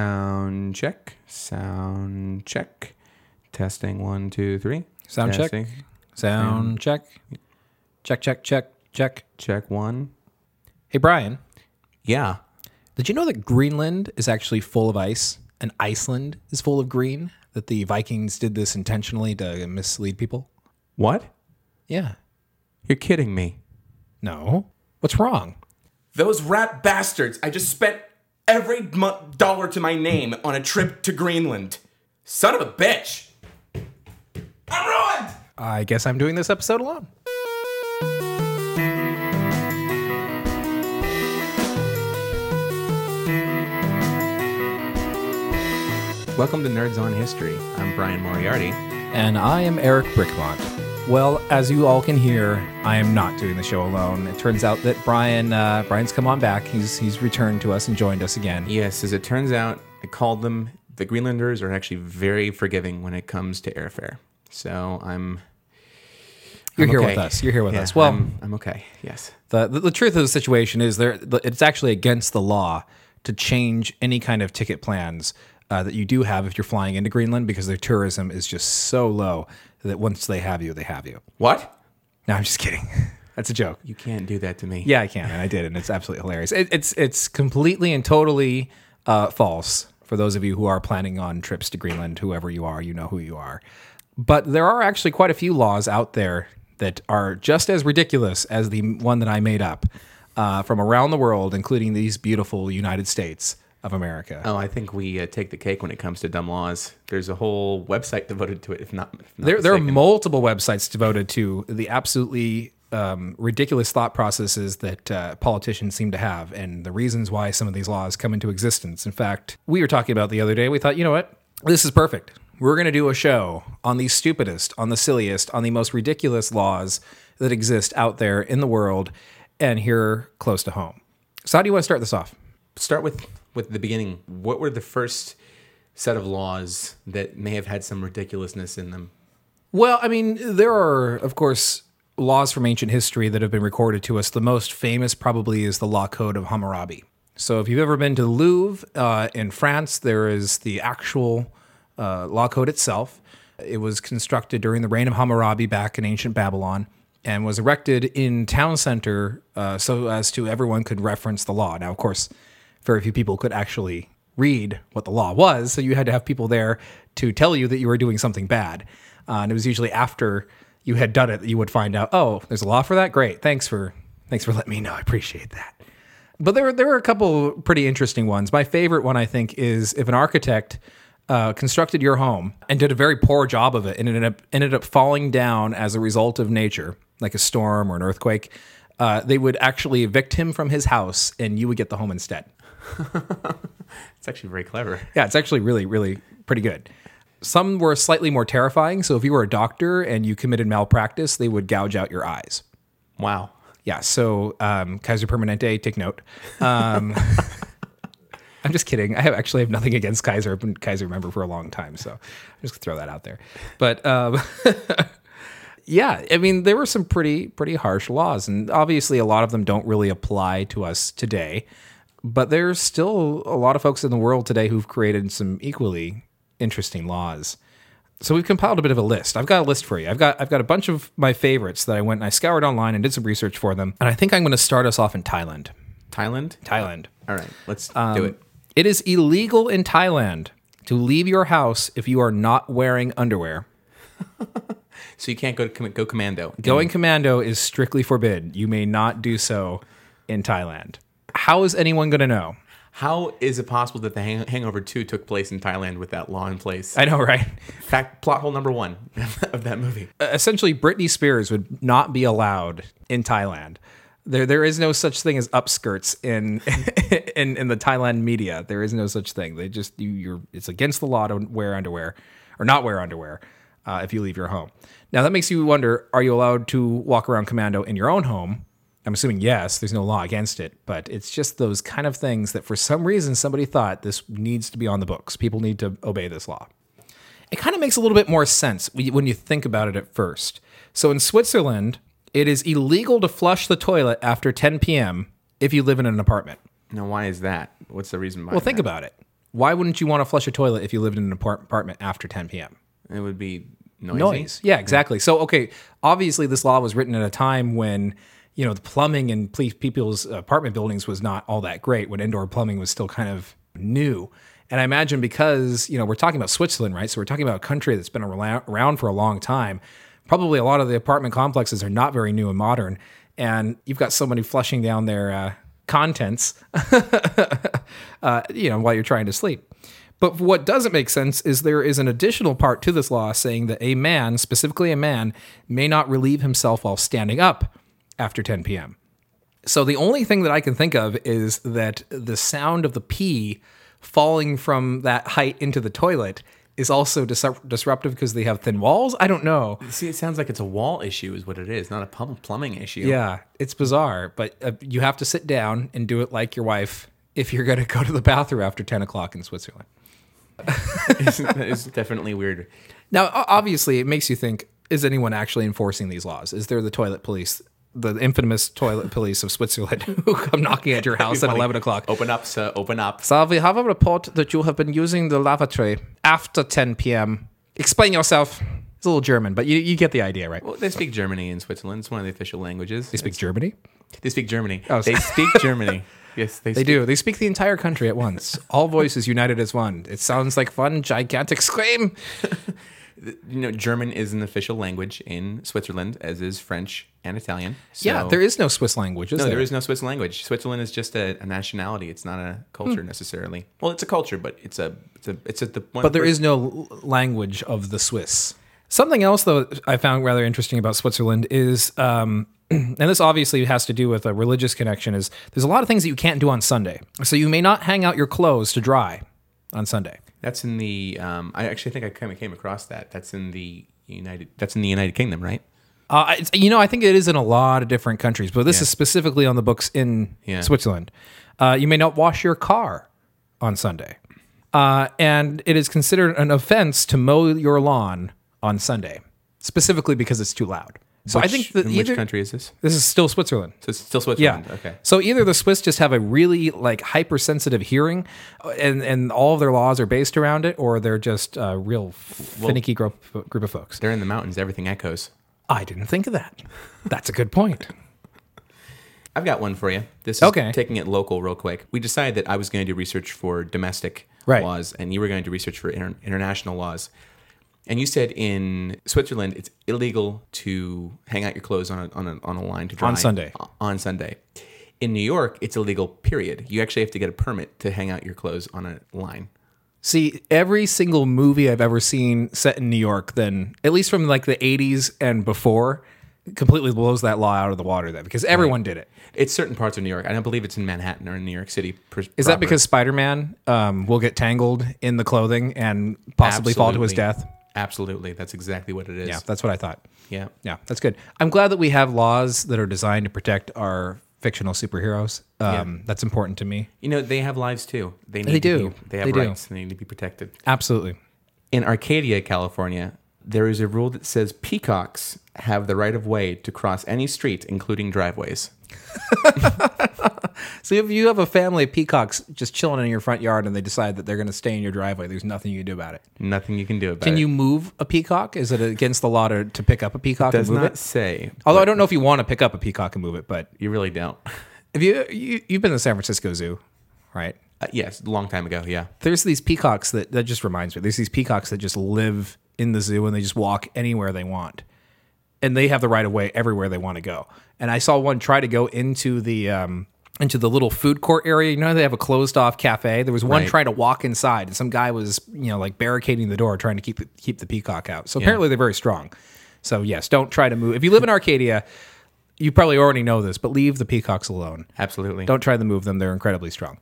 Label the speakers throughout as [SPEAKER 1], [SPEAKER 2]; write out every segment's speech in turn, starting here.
[SPEAKER 1] Sound check. Sound check. Testing one, two, three.
[SPEAKER 2] Sound check.
[SPEAKER 1] Testing.
[SPEAKER 2] Sound check. Check, check, check, check.
[SPEAKER 1] Check one.
[SPEAKER 2] Hey, Brian,
[SPEAKER 1] Yeah.
[SPEAKER 2] did you know that Greenland is actually full of ice and Iceland is full of green? That the Vikings did this intentionally to mislead people?
[SPEAKER 1] What?
[SPEAKER 2] Yeah.
[SPEAKER 1] You're kidding me.
[SPEAKER 2] No. What's wrong?
[SPEAKER 3] Those rat bastards. I just spent every mo- dollar to my name on a trip to Greenland. Son of a bitch. I'm ruined!
[SPEAKER 2] I guess I'm doing this episode alone.
[SPEAKER 1] Welcome to Nerds on History. I'm Brian Moriarty.
[SPEAKER 2] And I am Eric Brickmont. Well, as you all can hear, I am not doing the show alone. It turns out that Brian, uh, Brian's come on back. He's he's returned to us and joined us again.
[SPEAKER 1] Yes, as it turns out, I called them. The Greenlanders are actually very forgiving when it comes to airfare. So I'm.
[SPEAKER 2] You're
[SPEAKER 1] I'm
[SPEAKER 2] here
[SPEAKER 1] okay.
[SPEAKER 2] with us. You're here with
[SPEAKER 1] Yeah,
[SPEAKER 2] us. Well,
[SPEAKER 1] I'm, I'm okay. Yes.
[SPEAKER 2] the, the the truth of the situation is there. the- It's actually against the law to change any kind of ticket plans uh, that you do have if you're flying into Greenland because their tourism is just so low that once they have you, they have you.
[SPEAKER 3] What?
[SPEAKER 2] No, I'm just kidding. That's a joke.
[SPEAKER 1] You can't do that to me.
[SPEAKER 2] Yeah, I can, and I did, and it's absolutely hilarious. It, it's it's completely and totally uh, false for those of you who are planning on trips to Greenland. Whoever you are, you know who you are. But there are actually quite a few laws out there that are just as ridiculous as the one that I made up uh, from around the world, including these beautiful United States of America.
[SPEAKER 1] Oh, I think we uh, take the cake when it comes to dumb laws. There's a whole website devoted to it, if not. If not
[SPEAKER 2] there, there are
[SPEAKER 1] mistaken.
[SPEAKER 2] multiple websites devoted to the absolutely um, ridiculous thought processes that uh, politicians seem to have and the reasons why some of these laws come into existence. In fact, we were talking about the other day, we thought, you know what? This is perfect. We're going to do a show on the stupidest, on the silliest, on the most ridiculous laws that exist out there in the world and here close to home. So, how do you want to start this off?
[SPEAKER 1] start with with the beginning. What were the first set of laws that may have had some ridiculousness in them?
[SPEAKER 2] Well, I mean, there are, of course, laws from ancient history that have been recorded to us. The most famous probably is the Law Code of Hammurabi. So, if you've ever been to the Louvre uh, in France, there is the actual uh, Law Code itself. It was constructed during the reign of Hammurabi back in ancient Babylon and was erected in town center uh, so as to everyone could reference the law. Now, of course, very few people could actually read what the law was. So you had to have people there to tell you that you were doing something bad. Uh, and it was usually after you had done it that you would find out, oh, there's a law for that. Great, thanks for thanks for letting me know. I appreciate that. But there were there were a couple pretty interesting ones. My favorite one, I think, is if an architect uh, constructed your home and did a very poor job of it, and it ended up ended up falling down as a result of nature, like a storm or an earthquake. Uh, they would actually evict him from his house, and you would get the home instead.
[SPEAKER 1] It's actually very clever.
[SPEAKER 2] Yeah, it's actually really, really pretty good. Some were slightly more terrifying. So if you were a doctor and you committed malpractice, they would gouge out your eyes.
[SPEAKER 1] Wow.
[SPEAKER 2] Yeah. So um, Kaiser Permanente, take note. Um, I'm just kidding. I have actually have nothing against Kaiser. I've been a Kaiser member for a long time, so I'm just gonna throw that out there. But um, yeah, I mean, there were some pretty pretty harsh laws, and obviously a lot of them don't really apply to us today. But there's still a lot of folks in the world today who've created some equally interesting laws. So we've compiled a bit of a list. I've got a list for you. I've got I've got a bunch of my favorites that I went and I scoured online and did some research for them. And I think I'm going to start us off in Thailand.
[SPEAKER 1] Thailand.
[SPEAKER 2] Thailand.
[SPEAKER 1] All right, let's do it.
[SPEAKER 2] It is illegal in Thailand to leave your house if you are not wearing underwear.
[SPEAKER 1] So you can't go to com- go commando.
[SPEAKER 2] Going commando is strictly forbid. You may not do so in Thailand. How is anyone going to know?
[SPEAKER 1] How is it possible that the hang- Hangover Two took place in Thailand with that law in place?
[SPEAKER 2] I know, right?
[SPEAKER 1] Fact, plot hole number one of that movie. Uh,
[SPEAKER 2] Essentially, Britney Spears would not be allowed in Thailand. There, there is no such thing as upskirts in, in in the Thailand media. There is no such thing. They just you, you're. It's against the law to wear underwear or not wear underwear uh, if you leave your home. Now that makes you wonder: Are you allowed to walk around commando in your own home? I'm assuming yes. There's no law against it, but it's just those kind of things that for some reason somebody thought this needs to be on the books. People need to obey this law it kind of makes a little bit more sense when you- when you think about it at first. So in Switzerland, it is illegal to flush the toilet after 10 p.m. if you live in an apartment.
[SPEAKER 1] Now, why is that? What's the reason? Behind
[SPEAKER 2] Well, think about it. Why wouldn't you want to flush a toilet if you lived in an apart- apartment after 10 p.m.?
[SPEAKER 1] It would be noisy.
[SPEAKER 2] noise. Yeah, exactly. So, okay, obviously, this law was written at a time when you know the plumbing in ple- people's apartment buildings was not all that great when indoor plumbing was still kind of new. And I imagine because you know we're talking about Switzerland, right? So we're talking about a country that's been arou- around for a long time. Probably a lot of the apartment complexes are not very new and modern, and you've got somebody flushing down their uh, contents, uh, you know, while you're trying to sleep. But what doesn't make sense is there is an additional part to this law saying that a man, specifically a man, may not relieve himself while standing up after 10 p.m. So the only thing that I can think of is that the sound of the pee falling from that height into the toilet is also disrup- disruptive because they have thin walls. I don't know.
[SPEAKER 1] See, it sounds like it's a wall issue, is what it is, not a pum- plumbing issue.
[SPEAKER 2] Yeah, it's bizarre, but uh, you have to sit down and do it like your wife if you're going to go to the bathroom after 10 o'clock in Switzerland.
[SPEAKER 1] it's, it's definitely weird.
[SPEAKER 2] Now, o- obviously, it makes you think: Is anyone actually enforcing these laws? Is there the toilet police, the infamous toilet police of Switzerland, who come knocking at your house at eleven o'clock?
[SPEAKER 1] Open up, sir. Open up.
[SPEAKER 2] So we have a report that you have been using the lavatory after ten p.m. Explain yourself. It's a little German, but you, you get the idea, right?
[SPEAKER 1] Well, they speak Germany in Switzerland. It's one of the official languages.
[SPEAKER 2] they speak Germany.
[SPEAKER 1] They speak Germany.
[SPEAKER 2] Oh,
[SPEAKER 1] they
[SPEAKER 2] sorry.
[SPEAKER 1] speak Germany. Yes, they,
[SPEAKER 2] They do. They speak the entire country at once. All voices united as one. It sounds like one gigantic scream.
[SPEAKER 1] You know, German is an official language in Switzerland, as is French and Italian. So,
[SPEAKER 2] yeah, there is no Swiss language, is
[SPEAKER 1] No,
[SPEAKER 2] there?
[SPEAKER 1] there is no Swiss language. Switzerland is just a, a nationality. It's not a
[SPEAKER 2] Hmm.
[SPEAKER 1] culture necessarily. Well, it's a culture, but it's a it's a it's a the one.
[SPEAKER 2] But there is no l- language of the Swiss. Something else, though, I found rather interesting about Switzerland is, um, and this obviously has to do with a religious connection, is there's a lot of things that you can't do on Sunday. So you may not hang out your clothes to dry on Sunday.
[SPEAKER 1] That's in the. Um, I actually think I kind of came across that. That's in the United. That's in the United Kingdom, right?
[SPEAKER 2] Uh, I- it's, you know, I think it is in a lot of different countries, but this is specifically on the books in
[SPEAKER 1] Yeah.
[SPEAKER 2] Switzerland. Uh, you may not wash your car on Sunday. Uh, and it is considered an offense to mow your lawn on Sunday, specifically because it's too loud. So I
[SPEAKER 1] Which-
[SPEAKER 2] think that
[SPEAKER 1] in
[SPEAKER 2] either,
[SPEAKER 1] which country is this?
[SPEAKER 2] This is still Switzerland.
[SPEAKER 1] So it's still
[SPEAKER 2] Yeah.
[SPEAKER 1] Switzerland. Okay.
[SPEAKER 2] So either the Swiss just have a really like hypersensitive hearing, uh, and and all of their laws are based around it, or they're just a real finicky group group of folks.
[SPEAKER 1] They're in the mountains. Everything echoes.
[SPEAKER 2] I didn't think of that. That's a good point.
[SPEAKER 1] I've got one for you. This is
[SPEAKER 2] Okay.
[SPEAKER 1] taking it local real quick. We decided that I was going to do research for domestic
[SPEAKER 2] Right.
[SPEAKER 1] laws and you were going to do research for inter- international laws. And you said in Switzerland it's illegal to hang out your clothes on a, on a, on a line to dry
[SPEAKER 2] On Sunday.
[SPEAKER 1] o- On Sunday. In New York, it's illegal period. You actually have to get a permit to hang out your clothes on a line.
[SPEAKER 2] See, every single movie I've ever seen set in New York, then at least from like the '80s and before, completely blows that law out of the water. Then because everyone did it.
[SPEAKER 1] It's certain parts of New York. I don't believe it's in Manhattan or in New York City. pr-
[SPEAKER 2] Is
[SPEAKER 1] proper.
[SPEAKER 2] that because Spider-Man um, will get tangled in the clothing and possibly fall to his
[SPEAKER 1] Absolutely.
[SPEAKER 2] death?
[SPEAKER 1] Absolutely. That's exactly what it is.
[SPEAKER 2] Yeah, that's what I thought.
[SPEAKER 1] Yeah.
[SPEAKER 2] Yeah, that's good. I'm glad that we have laws that are designed to protect our fictional superheroes. Um, That's important to me.
[SPEAKER 1] You know, they have lives too. They need
[SPEAKER 2] They
[SPEAKER 1] to
[SPEAKER 2] do.
[SPEAKER 1] Be, they have
[SPEAKER 2] They do.
[SPEAKER 1] rights. and They need to be protected.
[SPEAKER 2] Absolutely.
[SPEAKER 1] In Arcadia, California, there is a rule that says peacocks have the right of way to cross any street, including driveways.
[SPEAKER 2] So if you have a family of peacocks just chilling in your front yard and they decide that they're going to stay in your driveway, there's nothing you can do about it.
[SPEAKER 1] Nothing you can do about
[SPEAKER 2] Can
[SPEAKER 1] it.
[SPEAKER 2] you move a peacock? Is it against the law to, to pick up a peacock
[SPEAKER 1] Does
[SPEAKER 2] and move
[SPEAKER 1] not
[SPEAKER 2] it?
[SPEAKER 1] say.
[SPEAKER 2] Although I don't know if you want to pick up a peacock and move it, but
[SPEAKER 1] You really don't.
[SPEAKER 2] if you, you you've been to the San Francisco Zoo, right?
[SPEAKER 1] Uh, yes, a long time ago. Yeah.
[SPEAKER 2] there's these peacocks that that just reminds me. There's these peacocks that just live in the zoo and they just walk anywhere they want, and they have the right of way everywhere they want to go. And I saw one try to go into the um, into the little food court area. You know, how they have a closed off cafe. There was one
[SPEAKER 1] Right.
[SPEAKER 2] trying to walk inside, and some guy was you know like barricading the door, trying to keep the, keep the peacock out. So apparently they're very strong. So yes, don't try to move. If you live in Arcadia, you probably already know this, but leave the peacocks alone.
[SPEAKER 1] Absolutely.
[SPEAKER 2] Don't try to move them. They're incredibly strong.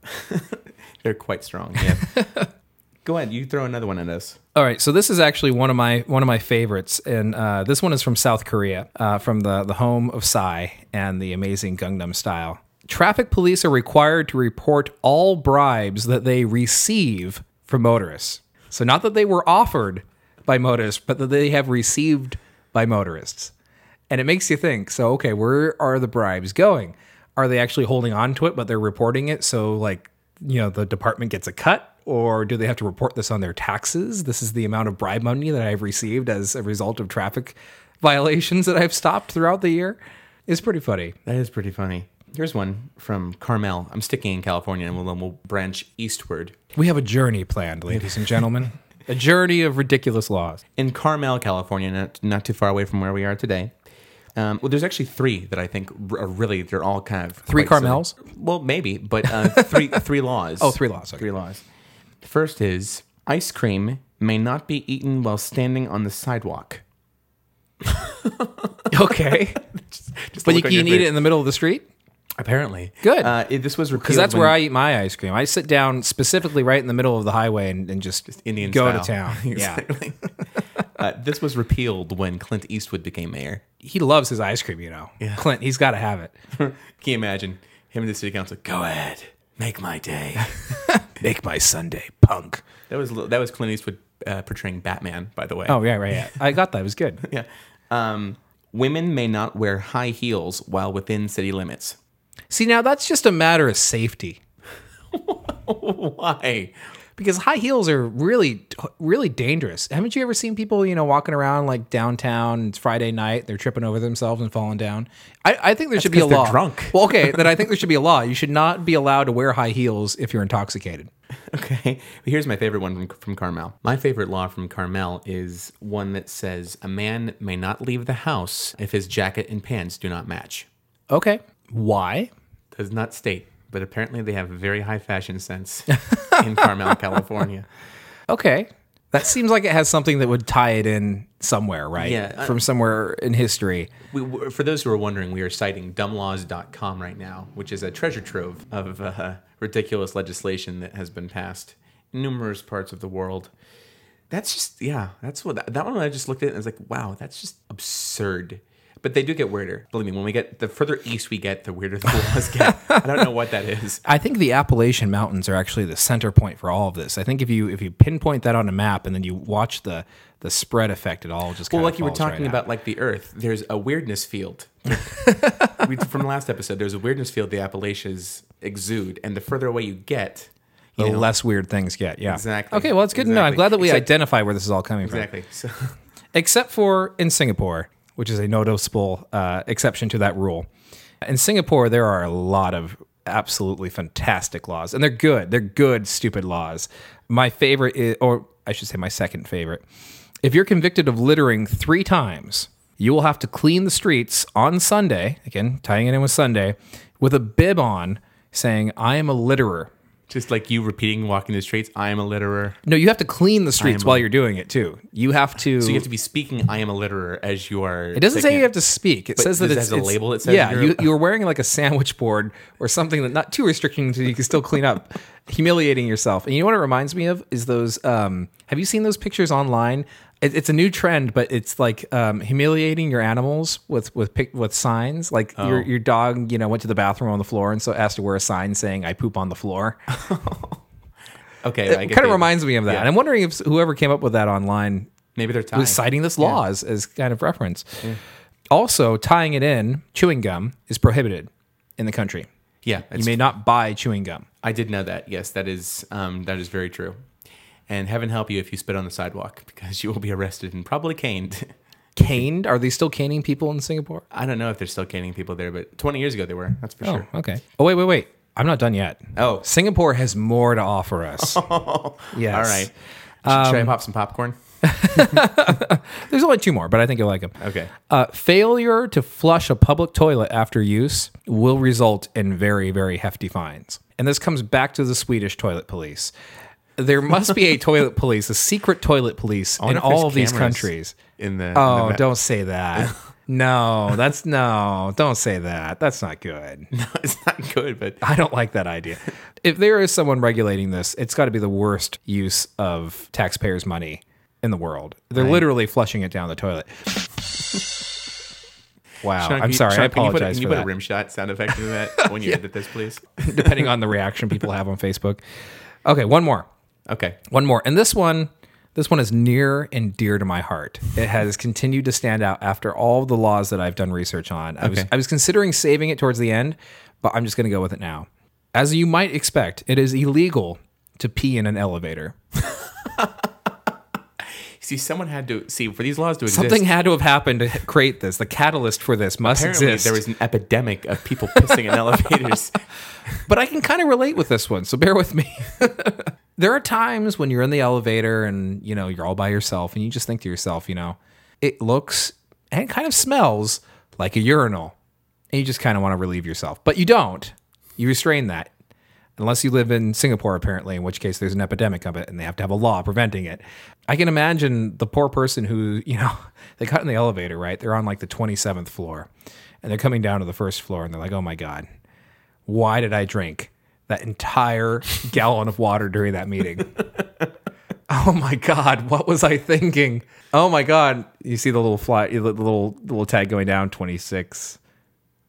[SPEAKER 1] They're quite strong. Yeah. Go ahead. You throw another one at us.
[SPEAKER 2] All right, so this is actually one of my one of my favorites, and uh, this one is from South Korea, uh, from the the home of Psy and the amazing Gangnam Style. Traffic police are required to report all bribes that they receive from motorists. So not that they were offered by motorists, but that they have received by motorists. And it makes you think, so okay, where are the bribes going? Are they actually holding on to it, but they're reporting it? So like, you know, the department gets a cut, or do they have to report this on their taxes? This is the amount of bribe money that I've received as a result of traffic violations that I've stopped throughout the year. It's pretty funny.
[SPEAKER 1] That is pretty funny. Here's one from Carmel. I'm sticking in California and we'll, then we'll branch eastward.
[SPEAKER 2] We have a journey planned, ladies and gentlemen. a journey of ridiculous laws.
[SPEAKER 1] In Carmel, California, not, not too far away from where we are today. Um, well, there's actually three that I think r- are really, they're all kind of.
[SPEAKER 2] Three
[SPEAKER 1] quite similar.
[SPEAKER 2] Carmels?
[SPEAKER 1] Well, maybe, but uh, three, three laws.
[SPEAKER 2] Oh, three laws. Okay.
[SPEAKER 1] Three laws. First is ice cream may not be eaten while standing on the sidewalk.
[SPEAKER 2] okay.
[SPEAKER 1] Just
[SPEAKER 2] but you can eat it in the middle of the street?
[SPEAKER 1] Apparently.
[SPEAKER 2] Good.
[SPEAKER 1] Uh, it- this was
[SPEAKER 2] Because that's where I eat my ice cream. I sit down specifically right in the middle of the highway and, and just,
[SPEAKER 1] Indian
[SPEAKER 2] go
[SPEAKER 1] style.
[SPEAKER 2] to town. Yeah.
[SPEAKER 1] Exactly. uh, this was repealed when Clint Eastwood became mayor.
[SPEAKER 2] He loves his ice cream, you know. Clint, he's got to have it.
[SPEAKER 1] Can you imagine him and the city council? Go ahead, make my day.
[SPEAKER 2] Make my Sunday, punk.
[SPEAKER 1] that was that was Clint Eastwood uh, portraying Batman, by the way.
[SPEAKER 2] Oh, yeah, right. Yeah. I got that. It was good.
[SPEAKER 1] yeah. Um, women may not wear high heels while within city limits.
[SPEAKER 2] See, now that's just a matter of safety
[SPEAKER 1] Why?
[SPEAKER 2] because high heels are really, really dangerous. Haven't you ever seen people, you know, walking around like downtown? It's Friday night. They're tripping over themselves and falling down. I, I think there should be a
[SPEAKER 1] 'cause they're
[SPEAKER 2] law.
[SPEAKER 1] drunk.
[SPEAKER 2] Well, okay. then I think there should be a law. You should not be allowed to wear high heels if you're intoxicated.
[SPEAKER 1] Okay. But here's my favorite one from, from Carmel. My favorite law from Carmel is one that says a man may not leave the house if his jacket and pants do not match.
[SPEAKER 2] Okay. Why?
[SPEAKER 1] does not state, but apparently they have very high fashion sense in Carmel, California.
[SPEAKER 2] Okay. That seems like it has something that would tie it in somewhere, right?
[SPEAKER 1] Yeah, I-
[SPEAKER 2] From somewhere in history.
[SPEAKER 1] We, for those who are wondering, we are citing dumblaws.com right now, which is a treasure trove of uh, ridiculous legislation that has been passed in numerous parts of the world. That's just, yeah, that's what that one I just looked at and I was like, wow, that's just absurd. But they do get weirder. Believe me, when we get the further east we get, the weirder the laws get. I don't know what that is.
[SPEAKER 2] I think the Appalachian Mountains are actually the center point for all of this. I think if you if you pinpoint that on a map and then you watch the the spread effect, it all just
[SPEAKER 1] Well,
[SPEAKER 2] kinda
[SPEAKER 1] like you were
[SPEAKER 2] falls right
[SPEAKER 1] talking
[SPEAKER 2] out.
[SPEAKER 1] about, like the Earth, there's a weirdness field. we, from last episode, there's a weirdness field the Appalachians exude, and the further away you get, you
[SPEAKER 2] the
[SPEAKER 1] know,
[SPEAKER 2] less weird things get. Yeah,
[SPEAKER 1] Exactly.
[SPEAKER 2] Okay, well, it's good to know. I'm
[SPEAKER 1] Exactly.
[SPEAKER 2] glad that we
[SPEAKER 1] Except-
[SPEAKER 2] identify where this is all coming
[SPEAKER 1] exactly. So
[SPEAKER 2] from, except for in Singapore, which is a noticeable uh, exception to that rule. In Singapore, there are a lot of absolutely fantastic laws, and they're good. They're good, stupid laws. My favorite, is, or I should say, my second favorite. If you're convicted of littering three times, you will have to clean the streets on Sunday. Again, tying it in with Sunday, with a bib on, saying, "I am a litterer."
[SPEAKER 1] just like you repeating walking the streets, I am a litterer.
[SPEAKER 2] No, you have to clean the streets
[SPEAKER 1] am a-
[SPEAKER 2] while you're doing it too. You have to.
[SPEAKER 1] So you have to be speaking, I am a litterer, as you are.
[SPEAKER 2] it doesn't say you have to speak. It says that
[SPEAKER 1] does it
[SPEAKER 2] it's
[SPEAKER 1] have a
[SPEAKER 2] it's-
[SPEAKER 1] label that says
[SPEAKER 2] yeah.
[SPEAKER 1] you're-
[SPEAKER 2] You, you're wearing like a sandwich board or something that not too restricting so you can still clean up, humiliating yourself. And you know what it reminds me of is those. Um, have you seen those pictures online? It, it's a new trend, but it's like um, humiliating your animals with with pic- with signs. Like
[SPEAKER 1] Oh.
[SPEAKER 2] your your dog, you know, went to the bathroom on the floor and so asked to wear a sign saying "I poop on the floor."
[SPEAKER 1] Okay, I
[SPEAKER 2] It
[SPEAKER 1] get
[SPEAKER 2] kind
[SPEAKER 1] the-
[SPEAKER 2] of reminds me of that.
[SPEAKER 1] yeah.
[SPEAKER 2] And I'm wondering if whoever came up with that online
[SPEAKER 1] Maybe they're tied.
[SPEAKER 2] was citing this law as, as kind of reference. Also, tying it in, chewing gum is prohibited in the country.
[SPEAKER 1] yeah,
[SPEAKER 2] You
[SPEAKER 1] it's-
[SPEAKER 2] may not buy chewing gum.
[SPEAKER 1] I did know that. Yes, that is um, that is very true. And heaven help you if you spit on the sidewalk, because you will be arrested and probably caned.
[SPEAKER 2] Caned? Are they still caning people in Singapore?
[SPEAKER 1] I don't know if they're still caning people there, but 20 years ago they were. That's for sure.
[SPEAKER 2] Oh, okay. Oh, wait, wait, wait. I'm not done yet.
[SPEAKER 1] Oh.
[SPEAKER 2] Singapore has more to offer us. yes.
[SPEAKER 1] All right. Should,
[SPEAKER 2] um,
[SPEAKER 1] should I pop some popcorn?
[SPEAKER 2] There's only two more, but I think you'll like them.
[SPEAKER 1] Okay.
[SPEAKER 2] Uh, failure to flush a public toilet after use will result in very, very hefty fines. And this comes back to the Swedish toilet police. There must be a toilet police, a secret toilet police in
[SPEAKER 1] wonder if there's
[SPEAKER 2] all of these
[SPEAKER 1] cameras
[SPEAKER 2] countries.
[SPEAKER 1] In the in
[SPEAKER 2] Oh,
[SPEAKER 1] the-
[SPEAKER 2] don't say that. No, that's no, don't say that. That's not good.
[SPEAKER 1] it's not good, but
[SPEAKER 2] I don't like that idea. If there is someone regulating this, it's got to be the worst use of taxpayers' money in the world. They're literally flushing it down the toilet. Wow.
[SPEAKER 1] Sean,
[SPEAKER 2] I'm
[SPEAKER 1] can you-
[SPEAKER 2] sorry. I
[SPEAKER 1] Sean, can you put a-
[SPEAKER 2] apologize
[SPEAKER 1] Can you
[SPEAKER 2] for
[SPEAKER 1] put a
[SPEAKER 2] that.
[SPEAKER 1] rim shot sound effect in that when you edit this, please?
[SPEAKER 2] Depending on the reaction people have on Facebook. Okay, one more.
[SPEAKER 1] Okay.
[SPEAKER 2] One more. And this one, this one is near and dear to my heart. It has continued to stand out after all the laws that I've done research on. I was
[SPEAKER 1] Okay.
[SPEAKER 2] I was considering saving it towards the end, but I'm just going to go with it now. As you might expect, it is illegal to pee in an elevator.
[SPEAKER 1] See, someone had to see for these laws to exist.
[SPEAKER 2] Something had to have happened to create this. The catalyst for this must
[SPEAKER 1] Apparently,
[SPEAKER 2] exist.
[SPEAKER 1] there was an epidemic of people pissing in elevators.
[SPEAKER 2] but I can kind of relate with this one, so bear with me. there are times when you're in the elevator and you know you're all by yourself, and you just think to yourself, you know, it looks and kind of smells like a urinal, and you just kind of want to relieve yourself, but you don't. You restrain that, unless you live in Singapore, apparently, in which case there's an epidemic of it, and they have to have a law preventing it. I can imagine the poor person who you know they got in the elevator, right? They're on like the 27th floor, and they're coming down to the first floor, and they're like, oh my god why did I drink that entire gallon of water during that meeting? oh my god, what was I thinking? Oh my god, you see the little fly the little the little tag going down 26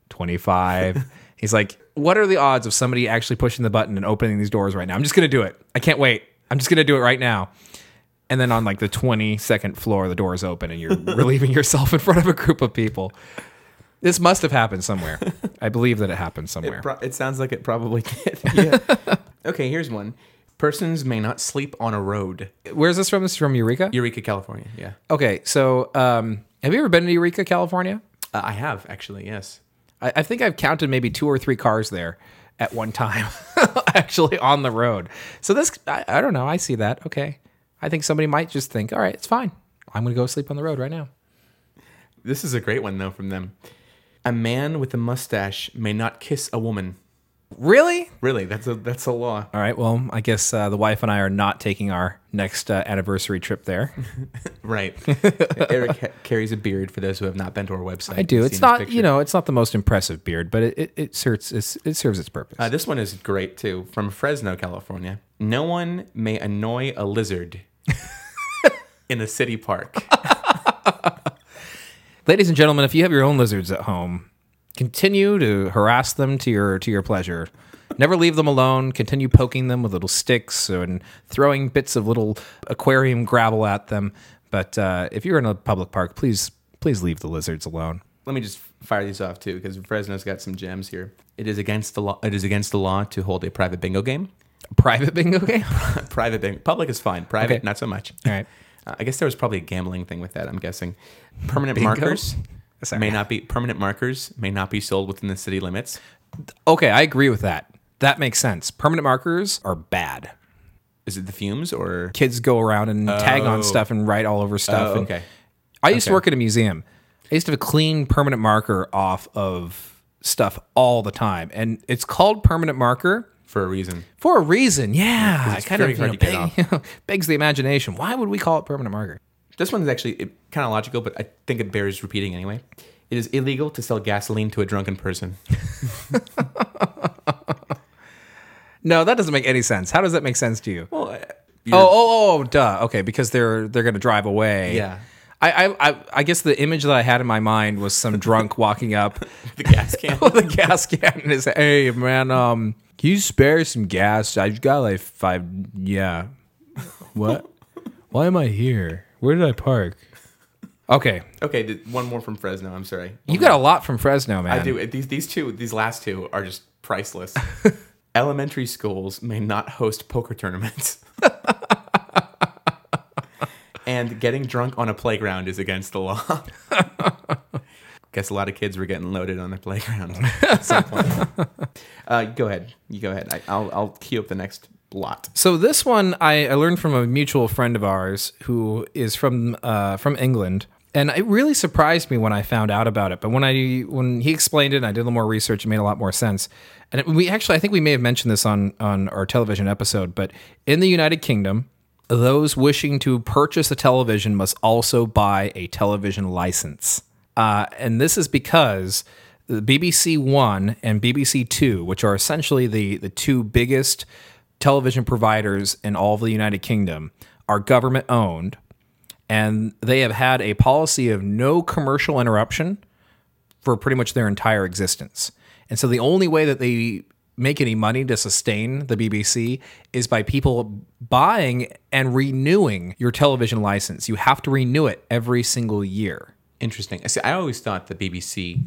[SPEAKER 2] 25. He's like, "What are the odds of somebody actually pushing the button and opening these doors right now? I'm just going to do it. I can't wait. I'm just going to do it right now." And then on like the 22nd floor, the doors open and you're relieving yourself in front of a group of people. This must have happened somewhere. I believe that it happened somewhere.
[SPEAKER 1] Pro- it sounds like it probably did. yeah. Okay, here's one. Persons may not sleep on a road.
[SPEAKER 2] Where's this from? This is from Eureka.
[SPEAKER 1] Eureka, California. Yeah,
[SPEAKER 2] Okay, so um, have you ever been to Eureka, California?
[SPEAKER 1] uh, I have actually. Yes.
[SPEAKER 2] I, I think I've counted maybe two or three cars there at one time, actually on the road. So this, I, I don't know. I see that. Okay, I think somebody might just think, all right, it's fine. I'm gonna go sleep on the road right now.
[SPEAKER 1] This is a great one though from them. A man with a mustache may not kiss a woman.
[SPEAKER 2] Really?
[SPEAKER 1] Really, that's a that's a law.
[SPEAKER 2] All right. Well, I guess uh, the wife and I are not taking our next uh, anniversary trip there.
[SPEAKER 1] Right. Eric ha- carries a beard for those who have not been to our website.
[SPEAKER 2] I do.
[SPEAKER 1] and seen
[SPEAKER 2] It's
[SPEAKER 1] his
[SPEAKER 2] not,
[SPEAKER 1] picture.
[SPEAKER 2] you know, it's not the most impressive beard, but it it, it serves it's, it serves its purpose.
[SPEAKER 1] Uh, this one is great too from Fresno, California. No one may annoy a lizard in a city park.
[SPEAKER 2] Ladies and gentlemen, if you have your own lizards at home, continue to harass them to your to your pleasure. Never leave them alone. Continue poking them with little sticks and throwing bits of little aquarium gravel at them. But uh, if you're in a public park, please please leave the lizards alone.
[SPEAKER 1] let me just fire these off too because Fresno's got some gems here. It is against the law. It is against the law to hold a private bingo game.
[SPEAKER 2] Private bingo game. All
[SPEAKER 1] private bingo, public is fine. Private,
[SPEAKER 2] Okay.
[SPEAKER 1] not so much.
[SPEAKER 2] right.
[SPEAKER 1] Uh, I guess there was probably a gambling thing with that. I'm guessing. Permanent markers
[SPEAKER 2] Sorry.
[SPEAKER 1] may not be permanent markers may not be sold within the city limits.
[SPEAKER 2] Okay, I agree with that. That makes sense. Permanent markers are bad.
[SPEAKER 1] Is it the fumes or
[SPEAKER 2] Kids go around and tag
[SPEAKER 1] Oh.
[SPEAKER 2] on stuff and write all over stuff.
[SPEAKER 1] Oh,
[SPEAKER 2] and-
[SPEAKER 1] okay?
[SPEAKER 2] I used
[SPEAKER 1] Okay.
[SPEAKER 2] to work at a museum. I used to have a clean permanent marker off of stuff all the time, and it's called permanent marker
[SPEAKER 1] For a reason.
[SPEAKER 2] for a reason. Yeah,
[SPEAKER 1] it's
[SPEAKER 2] it kind
[SPEAKER 1] very
[SPEAKER 2] of
[SPEAKER 1] hard
[SPEAKER 2] you
[SPEAKER 1] to
[SPEAKER 2] know,
[SPEAKER 1] get
[SPEAKER 2] beg- begs the imagination. Why would we call it permanent marker?
[SPEAKER 1] This one's actually kind of logical, but I think it bears repeating anyway. It is illegal to sell gasoline to a drunken person.
[SPEAKER 2] No, that doesn't make any sense. How does that make sense to you?
[SPEAKER 1] Well, uh,
[SPEAKER 2] Oh,
[SPEAKER 1] you're-
[SPEAKER 2] oh, oh, duh. Okay, because they're they're gonna drive away.
[SPEAKER 1] Yeah.
[SPEAKER 2] I, I, I, I guess the image that I had in my mind was some drunk walking up
[SPEAKER 1] the gas can.
[SPEAKER 2] with a gas can and is hey man, um, can you spare some gas? I've got like five. Yeah. What? Why am I here? Where did I park? Okay,
[SPEAKER 1] okay, th- one more from Fresno. I'm sorry.
[SPEAKER 2] you got a lot from Fresno, man.
[SPEAKER 1] I do. These these two, these last two are just priceless. Elementary schools may not host poker tournaments. and getting drunk on a playground is against the law. Guess a lot of kids were getting loaded on the playground at some point. Uh, go ahead. You go ahead. I, I'll, I'll queue up the next lot.
[SPEAKER 2] So this one I, I learned from a mutual friend of ours who is from uh, from England, and it really surprised me when I found out about it. But when I when he explained it, and I did a little more research. It made a lot more sense. And it, we actually, I think we may have mentioned this on on our television episode. But in the United Kingdom, those wishing to purchase a television must also buy a television license. Uh, and this is because the BBC One and BBC Two, which are essentially the, the two biggest television providers in all of the United Kingdom, are government owned. And they have had a policy of no commercial interruption for pretty much their entire existence. And so the only way that they make any money to sustain the BBC is by people buying and renewing your television license. You have to renew it every single year.
[SPEAKER 1] Interesting. See, I always thought the BBC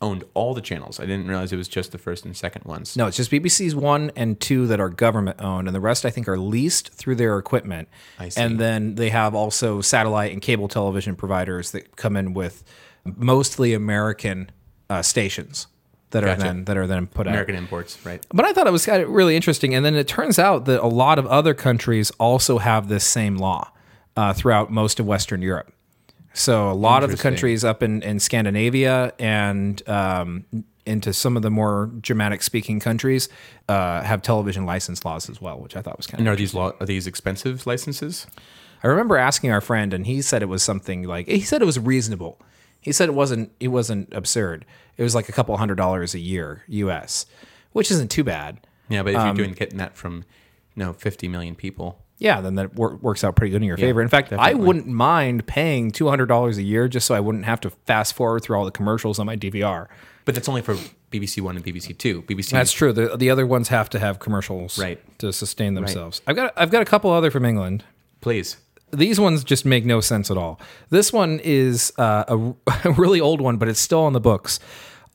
[SPEAKER 1] owned all the channels. I didn't realize it was just the first and second ones.
[SPEAKER 2] No, it's just BBC's one and two that are government owned, and the rest I think are leased through their equipment. I
[SPEAKER 1] see.
[SPEAKER 2] And then they have also satellite and cable television providers that come in with mostly American uh, stations that
[SPEAKER 1] Gotcha.
[SPEAKER 2] are then that are then put out.
[SPEAKER 1] American imports, right?
[SPEAKER 2] But I thought it was kind of really interesting. And then it turns out that a lot of other countries also have this same law uh, throughout most of Western Europe. So a lot of the
[SPEAKER 1] Interesting.
[SPEAKER 2] countries up in, in Scandinavia and um, into some of the more Germanic speaking countries uh, have television license laws as well, which I thought was kind of.
[SPEAKER 1] And are these law, are these expensive licenses?
[SPEAKER 2] I remember asking our friend, and he said it was something like he said it was reasonable. He said it wasn't it wasn't absurd. It was like a couple hundred dollars a year U.S., which isn't too bad.
[SPEAKER 1] Yeah, but if
[SPEAKER 2] Um,
[SPEAKER 1] you're doing getting that from you know 50 million people,
[SPEAKER 2] yeah, then that wor- works out pretty good in your favor. In fact, I
[SPEAKER 1] definitely.
[SPEAKER 2] wouldn't mind paying two hundred dollars a year just so I wouldn't have to fast forward through all the commercials on my DVR.
[SPEAKER 1] but that's only for BBC One and BBC Two. BBC
[SPEAKER 2] That's true. The the other ones have to have commercials
[SPEAKER 1] Right.
[SPEAKER 2] to sustain themselves. I've got I've got a couple other from England.
[SPEAKER 1] please.
[SPEAKER 2] These ones just make no sense at all. This one is uh, a, a really old one, but it's still on the books.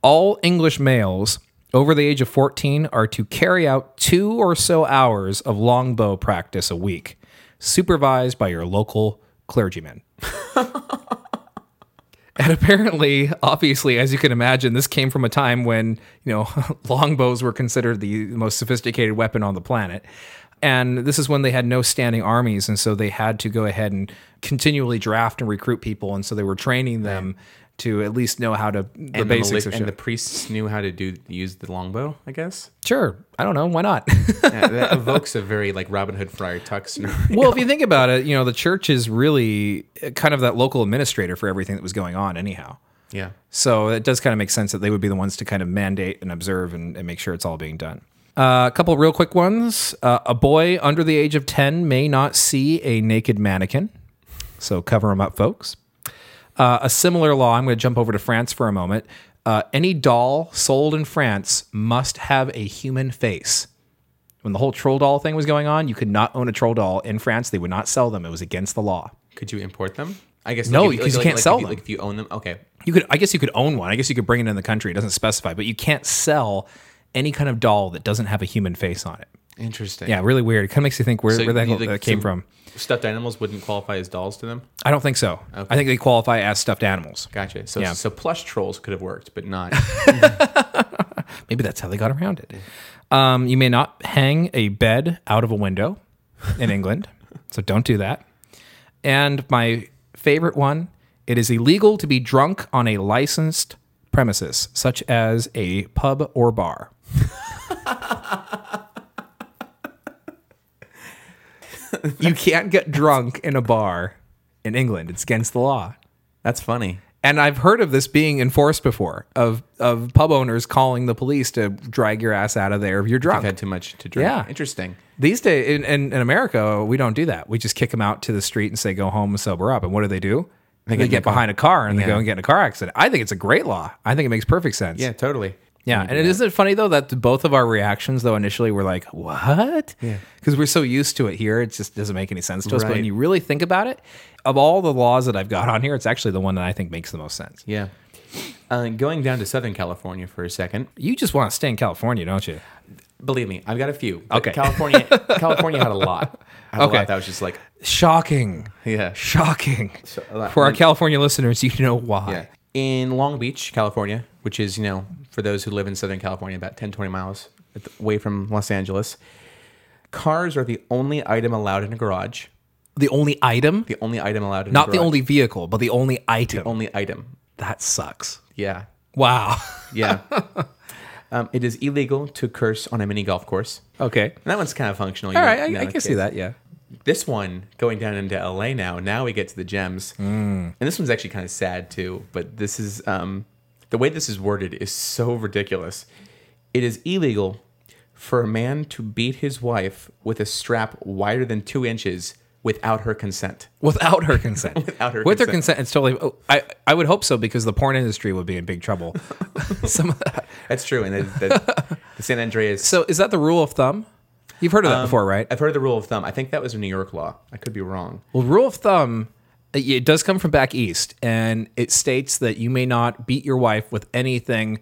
[SPEAKER 2] All English males over the age of 14 are to carry out two or so hours of longbow practice a week, supervised by your local clergyman. And apparently, obviously, as you can imagine, this came from a time when, you know, longbows were considered the most sophisticated weapon on the planet. And this is when they had no standing armies. And so they had to go ahead and continually draft and recruit people. And so they were training them to at least know how to the
[SPEAKER 1] And
[SPEAKER 2] basics
[SPEAKER 1] the, mili-
[SPEAKER 2] of shit.
[SPEAKER 1] and the priests knew how to do use the longbow, I guess.
[SPEAKER 2] sure. I don't know. Why not?
[SPEAKER 1] Yeah, that evokes a very like Robin Hood Friar Tuck scenario.
[SPEAKER 2] well, if you think about it, you know, the church is really uh, kind of that local administrator for everything that was going on, anyhow.
[SPEAKER 1] yeah.
[SPEAKER 2] So it does kind of make sense that they would be the ones to kind of mandate and observe and, and make sure it's all being done. Uh, a couple real quick ones. Uh, a boy under the age of 10 may not see a naked mannequin. So cover them up, folks. Uh, a similar law, I'm going to jump over to France for a moment. Uh, any doll sold in France must have a human face. When the whole troll doll thing was going on, you could not own a troll doll in France. They would not sell them, it was against the law.
[SPEAKER 1] Could you import them? I guess
[SPEAKER 2] No,
[SPEAKER 1] if-
[SPEAKER 2] because you can't
[SPEAKER 1] if
[SPEAKER 2] sell
[SPEAKER 1] you-
[SPEAKER 2] them.
[SPEAKER 1] Like if you own them, okay.
[SPEAKER 2] You could, I guess, you could own one. I guess you could bring it in the country. It doesn't specify, but you can't sell any kind of doll that doesn't have a human face on it.
[SPEAKER 1] Interesting.
[SPEAKER 2] Yeah, really weird. It kind of makes you think where,
[SPEAKER 1] So
[SPEAKER 2] where the
[SPEAKER 1] you-
[SPEAKER 2] hell
[SPEAKER 1] like,
[SPEAKER 2] that came
[SPEAKER 1] so
[SPEAKER 2] from.
[SPEAKER 1] Stuffed animals wouldn't qualify as dolls to them.
[SPEAKER 2] I don't think so. I think they qualify as stuffed animals.
[SPEAKER 1] Gotcha. So
[SPEAKER 2] Yeah.
[SPEAKER 1] so plush trolls could have worked, but not.
[SPEAKER 2] Maybe that's how they got around it. Um, you may not hang a bed out of a window in England, so don't do that. And my favorite one: it is illegal to be drunk on a licensed premises, such as a pub or bar. you can't get drunk in a bar in England; it's against the law.
[SPEAKER 1] That's funny.
[SPEAKER 2] And I've heard of this being enforced before of of pub owners calling the police to drag your ass out of there if you're drunk.
[SPEAKER 1] I've had too much to drink.
[SPEAKER 2] Yeah.
[SPEAKER 1] Interesting.
[SPEAKER 2] These days in, in, in America, we don't do that. We just kick them out to the street and say, go home and sober up. And what do they do? They get,
[SPEAKER 1] in the
[SPEAKER 2] behind a car and they go
[SPEAKER 1] Yeah.
[SPEAKER 2] and get in a car accident. I think it's a great law. I think it makes perfect sense.
[SPEAKER 1] Yeah, totally.
[SPEAKER 2] Yeah. And it isn't it funny, though, that both of our reactions, though, initially were like, what? Yeah. Because we're so used to it here, it just doesn't make any sense to us. But when
[SPEAKER 1] Right.
[SPEAKER 2] you really think about it, of all the laws that I've got on here, it's actually the one that I think makes the most sense.
[SPEAKER 1] Yeah. Uh, going down to Southern California for a second.
[SPEAKER 2] You just want to stay in California, don't you?
[SPEAKER 1] Believe me, I've got a few. but
[SPEAKER 2] Okay.
[SPEAKER 1] California, California had a lot. Had
[SPEAKER 2] Okay.
[SPEAKER 1] A lot that was just like,
[SPEAKER 2] Shocking.
[SPEAKER 1] yeah.
[SPEAKER 2] Shocking.
[SPEAKER 1] uh,
[SPEAKER 2] For our California listeners, you know why.
[SPEAKER 1] Yeah. In Long Beach, California, which is, you know, for those who live in Southern California, about 10, 20 miles at the- away from Los Angeles, cars are the only item allowed in a garage.
[SPEAKER 2] The only item,
[SPEAKER 1] The only item allowed in a
[SPEAKER 2] not the
[SPEAKER 1] garage.
[SPEAKER 2] only vehicle, but the only item.
[SPEAKER 1] Only item.
[SPEAKER 2] that sucks.
[SPEAKER 1] Yeah.
[SPEAKER 2] Wow.
[SPEAKER 1] Yeah. um, it is illegal to curse on a mini golf course.
[SPEAKER 2] okay.
[SPEAKER 1] And that one's kind of functional.
[SPEAKER 2] All right. I, I can see that. Yeah.
[SPEAKER 1] This one going down into LA now. Now we get to the gems,
[SPEAKER 2] Mm.
[SPEAKER 1] and this one's actually kind of sad too. But this is um, the way this is worded is so ridiculous. It is illegal for a man to beat his wife with a strap wider than two inches without her consent.
[SPEAKER 2] Without her consent.
[SPEAKER 1] Without her
[SPEAKER 2] With her
[SPEAKER 1] consent.
[SPEAKER 2] consent, it's totally. Oh, I I would hope so because the porn industry would be in big trouble. Some.
[SPEAKER 1] That's true, and that, that, the San Andreas.
[SPEAKER 2] So is that the rule of thumb?
[SPEAKER 1] Um,
[SPEAKER 2] You've heard of that before, right?
[SPEAKER 1] I've heard of the rule of thumb. I think that was a New York law. I could be wrong.
[SPEAKER 2] Well, rule of thumb It does come from back east, and it states that you may not beat your wife with anything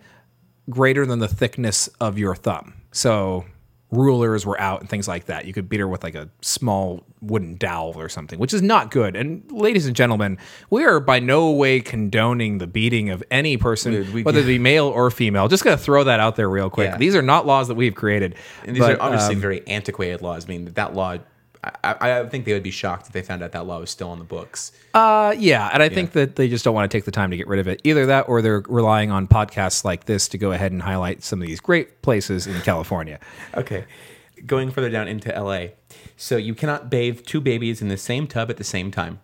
[SPEAKER 2] greater than the thickness of your thumb. So rulers were out and things like that. You could beat her with like a small wooden dowel or something, which is not good. And ladies and gentlemen, we are by no way condoning the beating of any person,
[SPEAKER 1] we-
[SPEAKER 2] whether it be male or female. Just gonna throw that out there real quick.
[SPEAKER 1] Yeah.
[SPEAKER 2] These are not laws that we've created.
[SPEAKER 1] And these
[SPEAKER 2] but, um,
[SPEAKER 1] are obviously very antiquated laws. I mean, that, that law, I, I, I think they would be shocked if they found out that law was still on the books.
[SPEAKER 2] Uh, yeah, and I think that they just don't want to take the time to get rid of it. Either that, or they're relying on podcasts like this to go ahead and highlight some of these great places in California.
[SPEAKER 1] Okay. Going further down into LA. So you cannot bathe two babies in the same tub at the same time.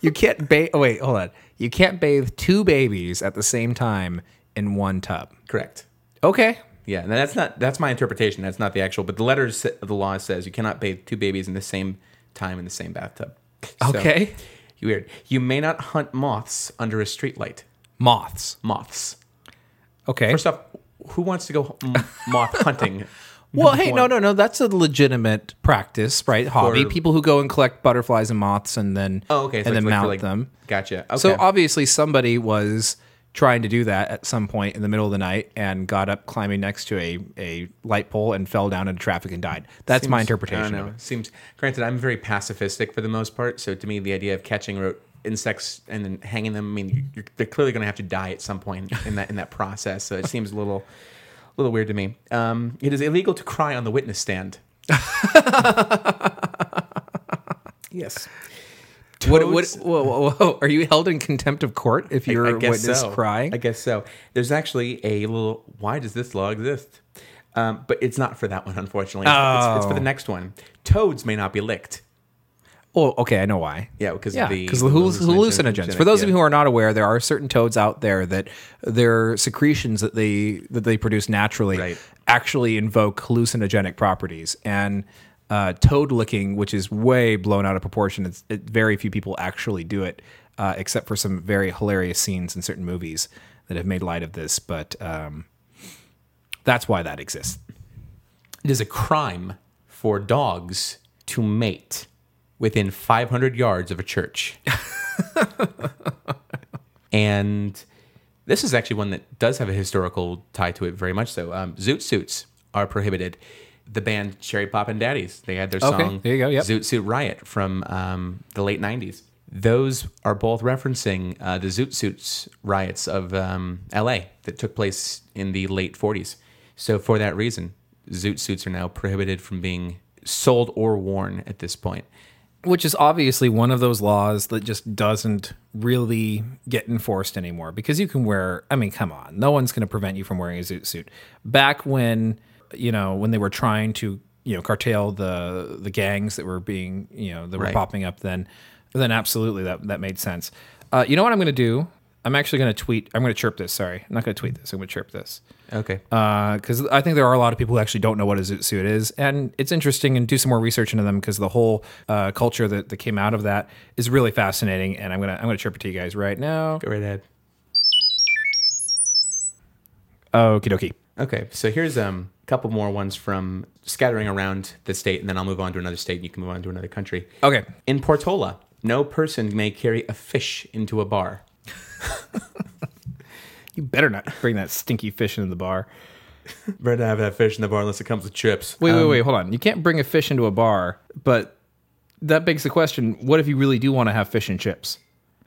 [SPEAKER 2] You can't bathe. Oh wait, hold on. You can't bathe two babies at the same time in one tub.
[SPEAKER 1] Correct.
[SPEAKER 2] Okay.
[SPEAKER 1] Yeah, and that's not that's my interpretation. That's not the actual, but the letters of the law says you cannot bathe two babies in the same time in the same bathtub. So,
[SPEAKER 2] Okay.
[SPEAKER 1] weird. You may not hunt moths under a streetlight.
[SPEAKER 2] Moths.
[SPEAKER 1] Moths.
[SPEAKER 2] Okay.
[SPEAKER 1] First off, who wants to go m- moth hunting?
[SPEAKER 2] well, hey, no, no, no. That's a legitimate practice, right? Hobby.
[SPEAKER 1] For-
[SPEAKER 2] People who go and collect butterflies and moths and then
[SPEAKER 1] Oh, okay.
[SPEAKER 2] and
[SPEAKER 1] so
[SPEAKER 2] then
[SPEAKER 1] it's like for,
[SPEAKER 2] mount
[SPEAKER 1] like-
[SPEAKER 2] them.
[SPEAKER 1] Gotcha. Okay.
[SPEAKER 2] So obviously somebody was trying to do that at some point in the middle of the night and got up climbing next to a, a light pole and fell down into traffic and died. That's my interpretation.
[SPEAKER 1] I don't
[SPEAKER 2] of
[SPEAKER 1] know.
[SPEAKER 2] it.
[SPEAKER 1] Seems granted. I'm very pacifistic for the most part, so to me, the idea of catching ro- insects and then hanging them, I mean, you're, they're clearly going to have to die at some point in that in that process. So it seems a little, little weird to me. Um, it is illegal to cry on the witness stand. yes.
[SPEAKER 2] What, what,
[SPEAKER 1] Toads-
[SPEAKER 2] whoa, whoa, whoa. Are you held in contempt of court if your
[SPEAKER 1] I guess
[SPEAKER 2] witness
[SPEAKER 1] so.
[SPEAKER 2] cry?
[SPEAKER 1] I guess so. There's actually a little. Why does this law exist? Um, but it's not for that one, unfortunately. It's, it's, it's for the next one. Toads may not be licked.
[SPEAKER 2] Oh, okay, I know why.
[SPEAKER 1] Yeah, because
[SPEAKER 2] Yeah,
[SPEAKER 1] of the
[SPEAKER 2] because the, halluc- hallucinogens. For those of you
[SPEAKER 1] yeah.
[SPEAKER 2] who are not aware, there are certain toads out there that their secretions that they that they produce naturally
[SPEAKER 1] Right.
[SPEAKER 2] actually invoke hallucinogenic properties. And uh, toad licking, which is way blown out of proportion, it's, it, very few people actually do it, uh, except for some very hilarious scenes in certain movies that have made light of this. But um, that's why that exists.
[SPEAKER 1] it is a crime for dogs to mate within 500 yards of a church. and this is actually one that does have a historical tie to it, very much so. Um, zoot suits are prohibited. The band Cherry Pop and Daddies they had their
[SPEAKER 2] Okay,
[SPEAKER 1] song
[SPEAKER 2] there you go, yep.
[SPEAKER 1] Zoot Suit Riot from um, the late 90s. Those are both referencing uh, the Zoot Suits riots of um, LA that took place in the late 40s. So, for that reason, Zoot Suits are now prohibited from being sold or worn at this point.
[SPEAKER 2] which is obviously one of those laws that just doesn't really get enforced anymore because you can wear i mean come on no one's going to prevent you from wearing a zoot suit back when you know when they were trying to you know curtail the the gangs that were being you know that were
[SPEAKER 1] Right.
[SPEAKER 2] popping up then then absolutely that that made sense uh, you know what i'm going to do i'm actually going to tweet i'm going to chirp this sorry i'm not going to tweet this i'm going to chirp this
[SPEAKER 1] Okay.
[SPEAKER 2] because Uh, I think there are a lot of people who actually don't know what a zoot suit is, and it's interesting and do some more research into them because the whole uh, culture that, that came out of that is really fascinating. And I'm gonna I'm gonna chirp it to you guys right now.
[SPEAKER 1] Go right ahead.
[SPEAKER 2] Okie dokie.
[SPEAKER 1] Okay, so here's um, a couple more ones from scattering around the state, and then I'll move on to another state, and you can move on to another country. Uh,
[SPEAKER 2] Okay.
[SPEAKER 1] In Portola, no person may carry a fish into a bar.
[SPEAKER 2] You better not bring that stinky fish into the bar.
[SPEAKER 1] Better not have that fish in the bar unless it comes with chips.
[SPEAKER 2] Wait, wait, wait. Hold on. You can't bring a fish into a bar, but that begs the question: What if you really do want to have fish and chips?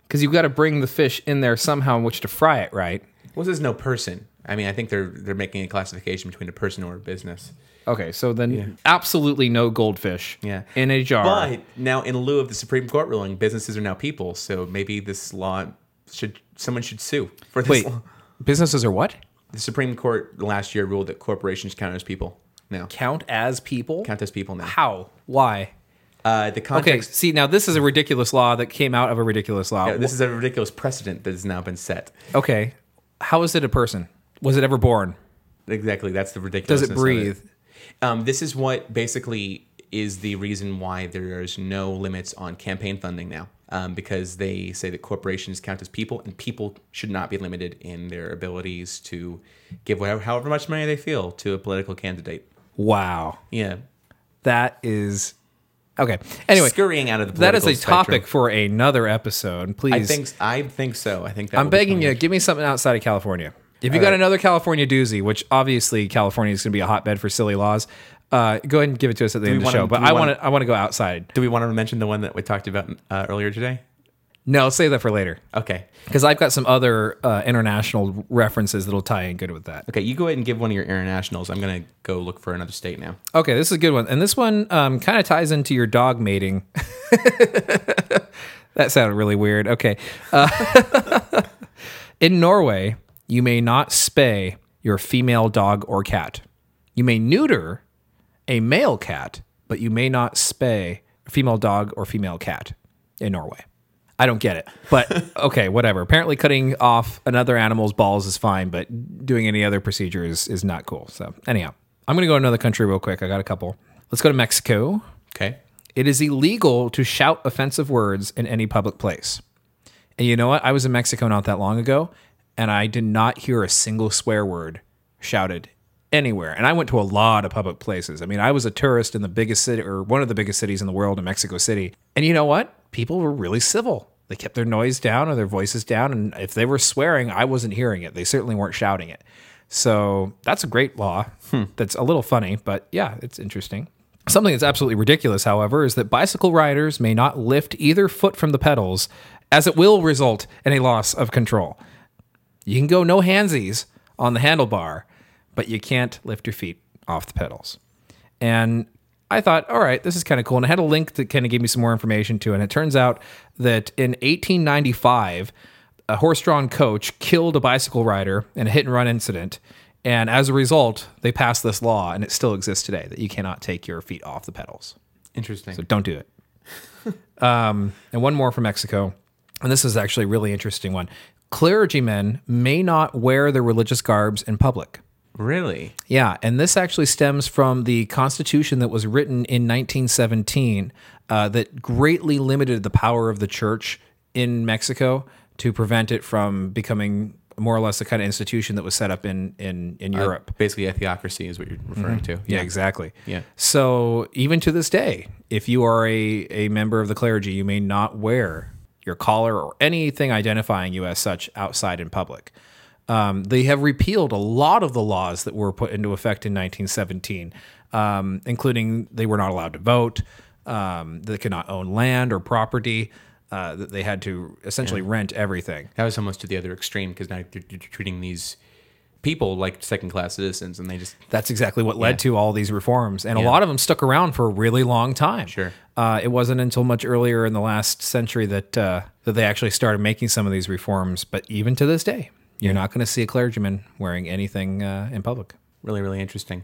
[SPEAKER 2] Because you've got to bring the fish in there somehow in which to fry it, right?
[SPEAKER 1] Well, this is no person. I mean, I think they're they're making a classification between a person or a business.
[SPEAKER 2] Okay, so then absolutely no goldfish
[SPEAKER 1] Yeah.
[SPEAKER 2] in a jar.
[SPEAKER 1] But now, in lieu of the Supreme Court ruling, businesses are now people, so maybe this law should someone should sue for this.
[SPEAKER 2] Wait,
[SPEAKER 1] law.
[SPEAKER 2] businesses are what?
[SPEAKER 1] the Supreme Court last year ruled that corporations count as people now.
[SPEAKER 2] Count as people?
[SPEAKER 1] Count as people now.
[SPEAKER 2] How? Why?
[SPEAKER 1] Uh, the
[SPEAKER 2] Okay,
[SPEAKER 1] context.
[SPEAKER 2] see, now this is a ridiculous law that came out of a ridiculous law.
[SPEAKER 1] Yeah, this is a ridiculous precedent that has now been set.
[SPEAKER 2] okay, how is it a person? Was it ever born?
[SPEAKER 1] Exactly, that's the ridiculous.
[SPEAKER 2] Does it breathe?
[SPEAKER 1] Um, this is what basically is the reason why there is no limits on campaign funding now, um, because they say that corporations count as people, and people should not be limited in their abilities to give whatever, however much money they feel to a political candidate.
[SPEAKER 2] Wow.
[SPEAKER 1] Yeah,
[SPEAKER 2] That is Okay. Anyway,
[SPEAKER 1] Scurrying out of the
[SPEAKER 2] that is a
[SPEAKER 1] political spectrum.
[SPEAKER 2] topic for another episode. Please,
[SPEAKER 1] I think I think so. I think that
[SPEAKER 2] I'm
[SPEAKER 1] will be
[SPEAKER 2] begging
[SPEAKER 1] coming
[SPEAKER 2] you,
[SPEAKER 1] up.
[SPEAKER 2] give me something outside of California. If you got another California doozy, which obviously California is going to be a hotbed for silly laws, uh, go ahead and give it to us at the end of the
[SPEAKER 1] wanna-
[SPEAKER 2] show.
[SPEAKER 1] do
[SPEAKER 2] But
[SPEAKER 1] we
[SPEAKER 2] I
[SPEAKER 1] wanna-
[SPEAKER 2] want to, I want to go outside.
[SPEAKER 1] Do we want to mention the one that we talked about uh, earlier today?
[SPEAKER 2] No, I'll save that for later
[SPEAKER 1] Okay.
[SPEAKER 2] because I've got some other uh, international references that'll tie in good with that.
[SPEAKER 1] Okay, you go ahead and give one of your internationals. I'm gonna go look for another state now.
[SPEAKER 2] Okay, this is a good one, and this one um, kind of ties into your dog mating. that sounded really weird. Okay, uh, in Norway, you may not spay your female dog or cat. You may neuter a male cat, but you may not spay a female dog or female cat in Norway. I don't get it, but okay, whatever. Apparently, cutting off another animal's balls is fine, but doing any other procedure is, is not cool. So, anyhow, I'm going to go to another country real quick. I got a couple. Let's go to Mexico.
[SPEAKER 1] Okay.
[SPEAKER 2] It is illegal to shout offensive words in any public place. And you know what? I was in Mexico not that long ago, and I did not hear a single swear word shouted anywhere. And I went to a lot of public places. I mean, I was a tourist in the biggest city or one of the biggest cities in the world in Mexico City. And you know what? People were really civil. They kept their noise down or their voices down. And if they were swearing, I wasn't hearing it. They certainly weren't shouting it. So that's a great law that's a little funny, but yeah, it's interesting. Something that's absolutely ridiculous, however, is that bicycle riders may not lift either foot from the pedals, as it will result in a loss of control. You can go no handsies on the handlebar, but you can't lift your feet off the pedals. And I thought, all right, this is kind of cool. And I had a link that kind of gave me some more information to. it. And it turns out that in 1895, a horse drawn coach killed a bicycle rider in a hit and run incident. And as a result, they passed this law, and it still exists today that you cannot take your feet off the pedals.
[SPEAKER 1] Interesting.
[SPEAKER 2] So don't do it. um, and one more from Mexico. And this is actually a really interesting one. Clergymen may not wear their religious garbs in public.
[SPEAKER 1] really?
[SPEAKER 2] Yeah, and this actually stems from the Constitution that was written in 1917 uh, that greatly limited the power of the church in Mexico to prevent it from becoming more or less the kind of institution that was set up in in, in Europe.
[SPEAKER 1] Basically, a theocracy is what you're referring to.
[SPEAKER 2] Yeah, exactly.
[SPEAKER 1] Yeah.
[SPEAKER 2] So even to this day, if you are a, a member of the clergy, you may not wear your collar or anything identifying you as such outside in public. Um, they have repealed a lot of the laws that were put into effect in 1917, um, including they were not allowed to vote, um, they could not own land or property, uh, that they had to essentially rent everything.
[SPEAKER 1] That was almost to the other extreme because now you're, you're treating these people like second class citizens, and they just
[SPEAKER 2] That's exactly what led to all these reforms, and a lot of them stuck around for a really long time.
[SPEAKER 1] Sure.
[SPEAKER 2] uh, it wasn't until much earlier in the last century that uh, that they actually started making some of these reforms. But even to this day, you're not going to see a clergyman wearing anything uh, in public.
[SPEAKER 1] really, really interesting.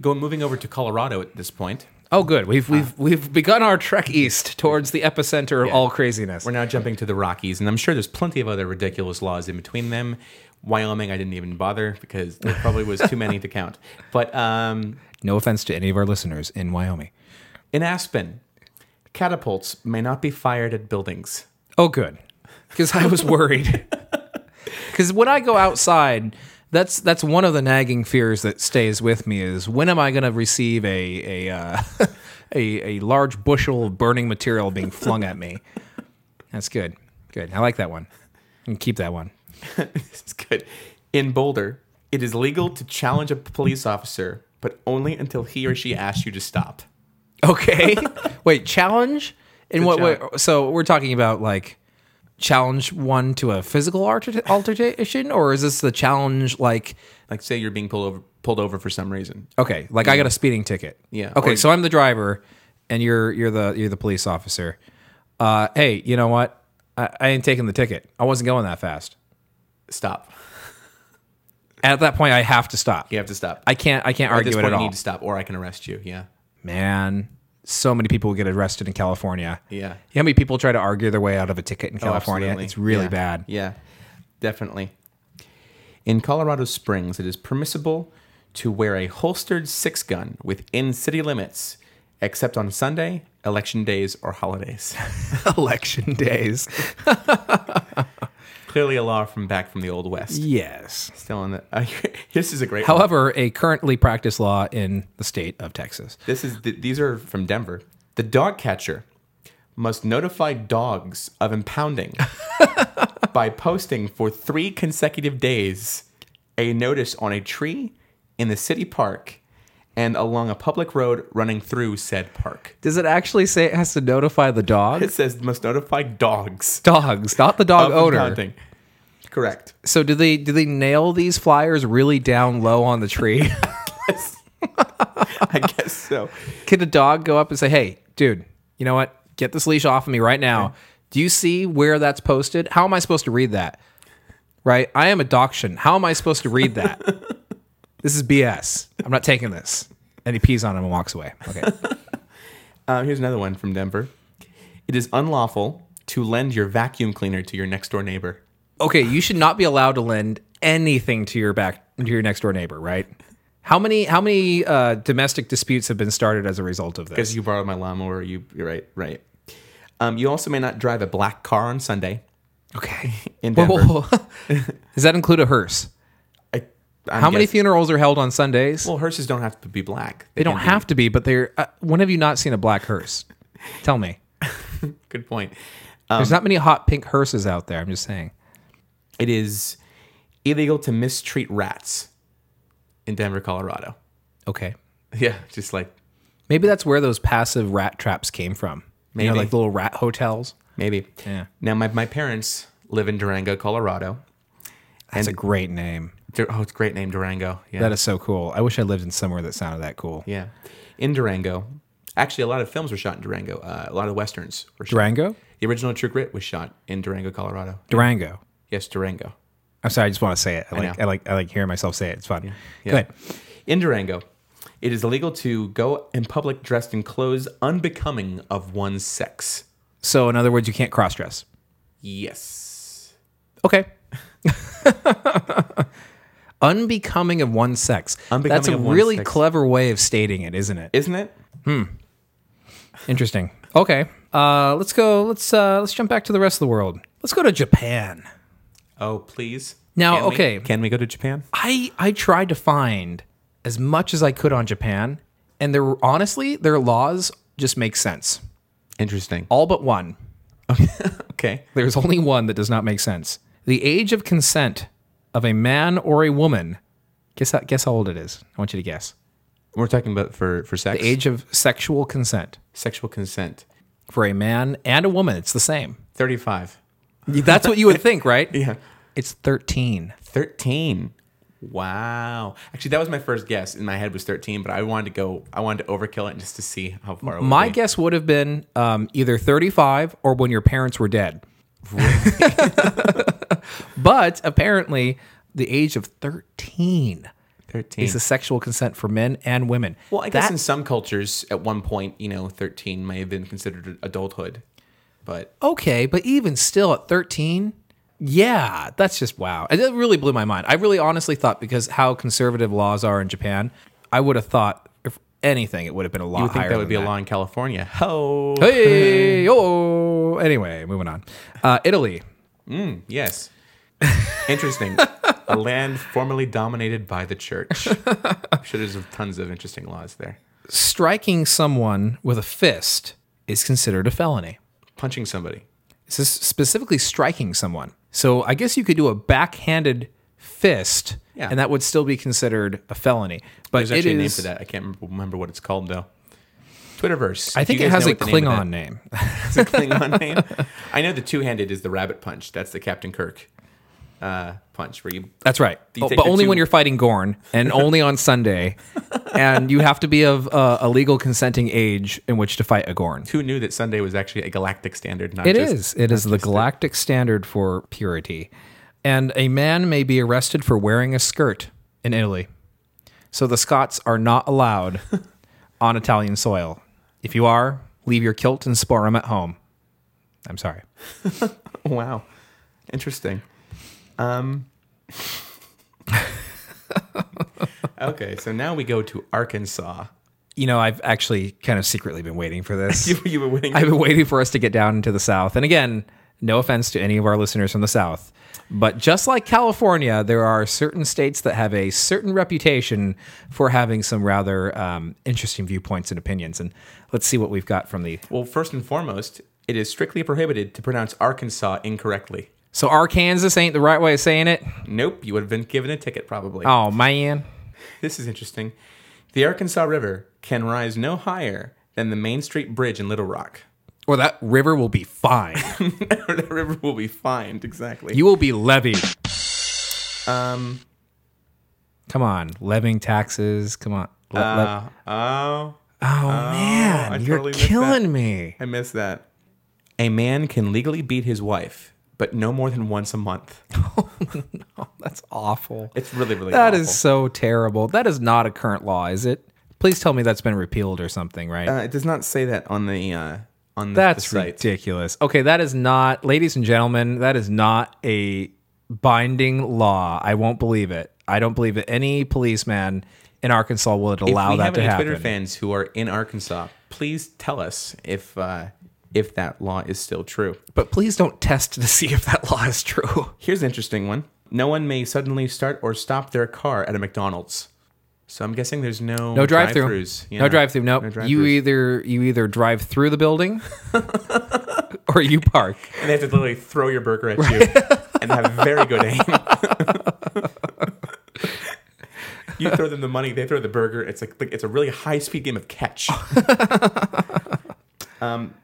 [SPEAKER 1] Going moving over to Colorado at this point.
[SPEAKER 2] Oh, good. We've we've we've begun our trek east towards the epicenter of all craziness.
[SPEAKER 1] We're now jumping to the Rockies, and I'm sure there's plenty of other ridiculous laws in between them. Wyoming, I didn't even bother because there probably was too many to count. But um,
[SPEAKER 2] No offense to any of our listeners in Wyoming.
[SPEAKER 1] in Aspen, catapults may not be fired at buildings.
[SPEAKER 2] Oh, good. Because I was worried. Because when I go outside, that's that's one of the nagging fears that stays with me is when am I going to receive a a, uh, a a large bushel of burning material being flung at me? That's good. Good. I like that one. And keep that one.
[SPEAKER 1] It's good. In Boulder, it is legal to challenge a police officer, but only until he or she asks you to stop.
[SPEAKER 2] Okay. Wait, challenge? In what way?
[SPEAKER 1] challenge.
[SPEAKER 2] So we're talking about like challenge one to a physical alter- altercation, or is this the challenge like
[SPEAKER 1] Like, say you're being pulled over, pulled over for some reason.
[SPEAKER 2] Okay, like I got a speeding ticket.
[SPEAKER 1] Yeah,
[SPEAKER 2] Okay,
[SPEAKER 1] or-
[SPEAKER 2] so I'm the driver, and you're you're the you're the police officer. Uh, hey, you know what? I, I ain't taking the ticket. I wasn't going that fast.
[SPEAKER 1] Stop.
[SPEAKER 2] At that point, I have to stop.
[SPEAKER 1] You have to stop.
[SPEAKER 2] I can't I can't
[SPEAKER 1] at
[SPEAKER 2] argue
[SPEAKER 1] this
[SPEAKER 2] it
[SPEAKER 1] point, you
[SPEAKER 2] at all.
[SPEAKER 1] need to stop, or I can arrest you. Yeah.
[SPEAKER 2] Man, so many people get arrested in California.
[SPEAKER 1] Yeah. Oh,
[SPEAKER 2] You know how many people try to argue their way out of a ticket in California?
[SPEAKER 1] Absolutely.
[SPEAKER 2] it's really
[SPEAKER 1] Yeah.
[SPEAKER 2] bad.
[SPEAKER 1] Yeah, definitely. In Colorado Springs, it is permissible to wear a holstered six gun within city limits, except on Sunday, election days, or holidays.
[SPEAKER 2] Election days.
[SPEAKER 1] Clearly, a law from back from the old west.
[SPEAKER 2] yes.
[SPEAKER 1] Still on the. Uh, this is a great. one.
[SPEAKER 2] However, a currently practiced law in the state of Texas.
[SPEAKER 1] This is th- these are from Denver. The dog catcher must notify dogs of impounding by posting for three consecutive days a notice on a tree in the city park and along a public road running through said park.
[SPEAKER 2] Does it actually say it has to notify the dog?
[SPEAKER 1] It says must notify dogs
[SPEAKER 2] Dogs, not the dog
[SPEAKER 1] of
[SPEAKER 2] owner.
[SPEAKER 1] impounding. Correct.
[SPEAKER 2] So do they do they nail these flyers really down low on the tree?
[SPEAKER 1] I guess so.
[SPEAKER 2] Can a dog go up and say, "Hey, dude, you know what? Get this leash off of me right now." Do you see where that's posted? How am I supposed to read that? Right? I am a dachshund. How am I supposed to read that? this is BS. I'm not taking this. And he pees on him and walks away. Okay.
[SPEAKER 1] Uh, here's another one from Denver. It is unlawful to lend your vacuum cleaner to your next door neighbor.
[SPEAKER 2] okay, you should not be allowed to lend anything to your back to your next door neighbor, right? How many how many uh, domestic disputes have been started as a result of this?
[SPEAKER 1] Because you borrowed my lawnmower, you you're right, right. Um, you also may not drive a black car on Sunday.
[SPEAKER 2] Okay.
[SPEAKER 1] In
[SPEAKER 2] Whoa,
[SPEAKER 1] Denver.
[SPEAKER 2] whoa, whoa. Does that include a hearse?
[SPEAKER 1] I, I'm
[SPEAKER 2] How many
[SPEAKER 1] guessing-
[SPEAKER 2] funerals are held on Sundays?
[SPEAKER 1] well, hearses don't have to be black.
[SPEAKER 2] they don't have to be, but they're. Uh, when have you not seen a black hearse? Tell me.
[SPEAKER 1] Good point. Um,
[SPEAKER 2] There's not many hot pink hearses out there. I'm just saying.
[SPEAKER 1] It is illegal to mistreat rats in Denver, Colorado.
[SPEAKER 2] Okay.
[SPEAKER 1] Yeah, just like
[SPEAKER 2] Maybe that's where those passive rat traps came from. You know,
[SPEAKER 1] Maybe.
[SPEAKER 2] like little rat hotels.
[SPEAKER 1] maybe.
[SPEAKER 2] Yeah.
[SPEAKER 1] Now, my my parents live in Durango, Colorado.
[SPEAKER 2] That's a great name.
[SPEAKER 1] Dur- oh, it's a great name, Durango. Yeah.
[SPEAKER 2] That is so cool. I wish I lived in somewhere that sounded that cool.
[SPEAKER 1] Yeah. In Durango. Actually, a lot of films were shot in Durango. Uh, a lot of westerns were shot.
[SPEAKER 2] Durango?
[SPEAKER 1] The original True Grit was shot in Durango, Colorado.
[SPEAKER 2] Durango.
[SPEAKER 1] Yes, Durango.
[SPEAKER 2] I'm sorry, I just want to say it. I like I,
[SPEAKER 1] know.
[SPEAKER 2] like I like hearing myself say it. It's fun.
[SPEAKER 1] Yeah.
[SPEAKER 2] Go ahead.
[SPEAKER 1] In Durango, it is illegal to go in public dressed in clothes unbecoming of one's sex.
[SPEAKER 2] So in other words, you can't cross dress.
[SPEAKER 1] Yes.
[SPEAKER 2] Okay. Unbecoming of one sex.
[SPEAKER 1] Unbecoming
[SPEAKER 2] That's a
[SPEAKER 1] of one's
[SPEAKER 2] really
[SPEAKER 1] sex.
[SPEAKER 2] clever way of stating it, isn't it?
[SPEAKER 1] Isn't it?
[SPEAKER 2] Interesting. Okay. Uh, let's go. Let's uh, let's jump back to the rest of the world. Let's go to Japan.
[SPEAKER 1] Oh, please.
[SPEAKER 2] Now,
[SPEAKER 1] Can we-
[SPEAKER 2] okay.
[SPEAKER 1] can we go to Japan?
[SPEAKER 2] I I tried to find as much as I could on Japan, and there were, honestly their laws just make sense.
[SPEAKER 1] Interesting.
[SPEAKER 2] All but one.
[SPEAKER 1] Oh. Okay.
[SPEAKER 2] There's only one that does not make sense. The age of consent of a man or a woman. Guess how, guess how old it is. I want you to guess.
[SPEAKER 1] We're talking about for, for sex.
[SPEAKER 2] The age of sexual consent
[SPEAKER 1] Sexual consent.
[SPEAKER 2] for a man and a woman. It's the same.
[SPEAKER 1] 35.
[SPEAKER 2] That's what you would think, right?
[SPEAKER 1] Yeah.
[SPEAKER 2] It's 13.
[SPEAKER 1] 13. Wow. Actually, that was my first guess. In my head was 13, but I wanted to go, I wanted to overkill it just to see how far it would
[SPEAKER 2] My
[SPEAKER 1] be.
[SPEAKER 2] guess would have been um, either 35 or when your parents were dead. but apparently, the age of 13
[SPEAKER 1] 13.
[SPEAKER 2] is the sexual consent for men and women.
[SPEAKER 1] Well, I guess
[SPEAKER 2] That-
[SPEAKER 1] in some cultures, at one point, you know, 13 may have been considered adulthood. But
[SPEAKER 2] okay, but even still at 13, yeah, that's just wow. And It really blew my mind. I really honestly thought because how conservative laws are in Japan, I would have thought if anything, it would have been a
[SPEAKER 1] I
[SPEAKER 2] lot
[SPEAKER 1] think
[SPEAKER 2] higher.
[SPEAKER 1] that would
[SPEAKER 2] than
[SPEAKER 1] be a law in California. Oh,
[SPEAKER 2] Hey, oh. Anyway, moving on. Uh, Italy.
[SPEAKER 1] yes. Interesting. a land formerly dominated by the church. I'm sure there's tons of interesting laws there.
[SPEAKER 2] Striking someone with a fist is considered a felony.
[SPEAKER 1] Punching somebody.
[SPEAKER 2] This is specifically striking someone. So I guess you could do a backhanded fist,
[SPEAKER 1] Yeah.
[SPEAKER 2] and that would still be considered a felony. But
[SPEAKER 1] There's actually
[SPEAKER 2] it
[SPEAKER 1] a name
[SPEAKER 2] is-
[SPEAKER 1] for that. I can't remember what it's called, though. Twitterverse.
[SPEAKER 2] I
[SPEAKER 1] Do you
[SPEAKER 2] think it
[SPEAKER 1] guys
[SPEAKER 2] has
[SPEAKER 1] know
[SPEAKER 2] a
[SPEAKER 1] what the name of
[SPEAKER 2] Klingon
[SPEAKER 1] that-
[SPEAKER 2] name.
[SPEAKER 1] It's a Klingon name. I know the two handed is the rabbit punch. That's the Captain Kirk uh, punch where you.
[SPEAKER 2] That's right.
[SPEAKER 1] You
[SPEAKER 2] Oh,
[SPEAKER 1] take
[SPEAKER 2] but
[SPEAKER 1] the
[SPEAKER 2] only
[SPEAKER 1] two-
[SPEAKER 2] when you're fighting Gorn and only on Sunday. and you have to be of uh, a legal consenting age in which to fight a Gorn.
[SPEAKER 1] Who knew that Sunday was actually a galactic standard? Not
[SPEAKER 2] It
[SPEAKER 1] just
[SPEAKER 2] is. It is the galactic standard for purity. And a man may be arrested for wearing a skirt in Italy. So the Scots are not allowed on Italian soil. If you are, leave your kilt and sporum at home. I'm sorry.
[SPEAKER 1] Wow. Interesting. Um, okay, so now we go to Arkansas.
[SPEAKER 2] You know, I've actually kind of secretly been waiting for this.
[SPEAKER 1] You, you were winning.
[SPEAKER 2] I've been waiting for us to get down into the South. And again, No offense to any of our listeners from the South, but just like California, there are certain states that have a certain reputation for having some rather um, interesting viewpoints and opinions. And let's see what we've got from the.
[SPEAKER 1] Well, first and foremost, it is strictly prohibited to pronounce Arkansas incorrectly.
[SPEAKER 2] So Arkansas ain't the right way of saying it.
[SPEAKER 1] Nope, you would have been given a ticket probably.
[SPEAKER 2] Oh man,
[SPEAKER 1] This is interesting. The Arkansas River can rise no higher than the Main Street Bridge in Little Rock.
[SPEAKER 2] or that river will be fine.
[SPEAKER 1] the river will be fined, exactly.
[SPEAKER 2] you will be levied. Um, come on, levying taxes. Come on. Le- le-
[SPEAKER 1] Uh, oh,
[SPEAKER 2] oh man,
[SPEAKER 1] I
[SPEAKER 2] you're
[SPEAKER 1] totally missed that.
[SPEAKER 2] killing me.
[SPEAKER 1] I missed that. A man can legally beat his wife, but no more than once a month.
[SPEAKER 2] That's awful.
[SPEAKER 1] It's really, really
[SPEAKER 2] That
[SPEAKER 1] awful.
[SPEAKER 2] is so terrible. That is not a current law, is it? Please tell me that's been repealed or something, right?
[SPEAKER 1] Uh, it does not say that on the uh, on the, the
[SPEAKER 2] that's
[SPEAKER 1] site.
[SPEAKER 2] ridiculous. Okay, that is not, ladies and gentlemen, that is not a binding law. I won't believe it. I don't believe that any policeman in Arkansas would
[SPEAKER 1] If
[SPEAKER 2] allow
[SPEAKER 1] we
[SPEAKER 2] that
[SPEAKER 1] have
[SPEAKER 2] to
[SPEAKER 1] any
[SPEAKER 2] happen.
[SPEAKER 1] Twitter fans who are in Arkansas, please tell us if uh, if that law is still true.
[SPEAKER 2] But please don't test to see if that law is true.
[SPEAKER 1] Here's an interesting one. No one may suddenly start or stop their car at a McDonald's. So I'm guessing there's no
[SPEAKER 2] No drive through.
[SPEAKER 1] drive-thrus. Yeah.
[SPEAKER 2] No drive through. Nope.
[SPEAKER 1] No
[SPEAKER 2] you
[SPEAKER 1] drive-thrus.
[SPEAKER 2] either you either drive through the building or you park.
[SPEAKER 1] and they have to literally throw your burger at you and have very good aim. you throw them the money, they throw the burger. It's like, like- it's a really high speed game of catch. um,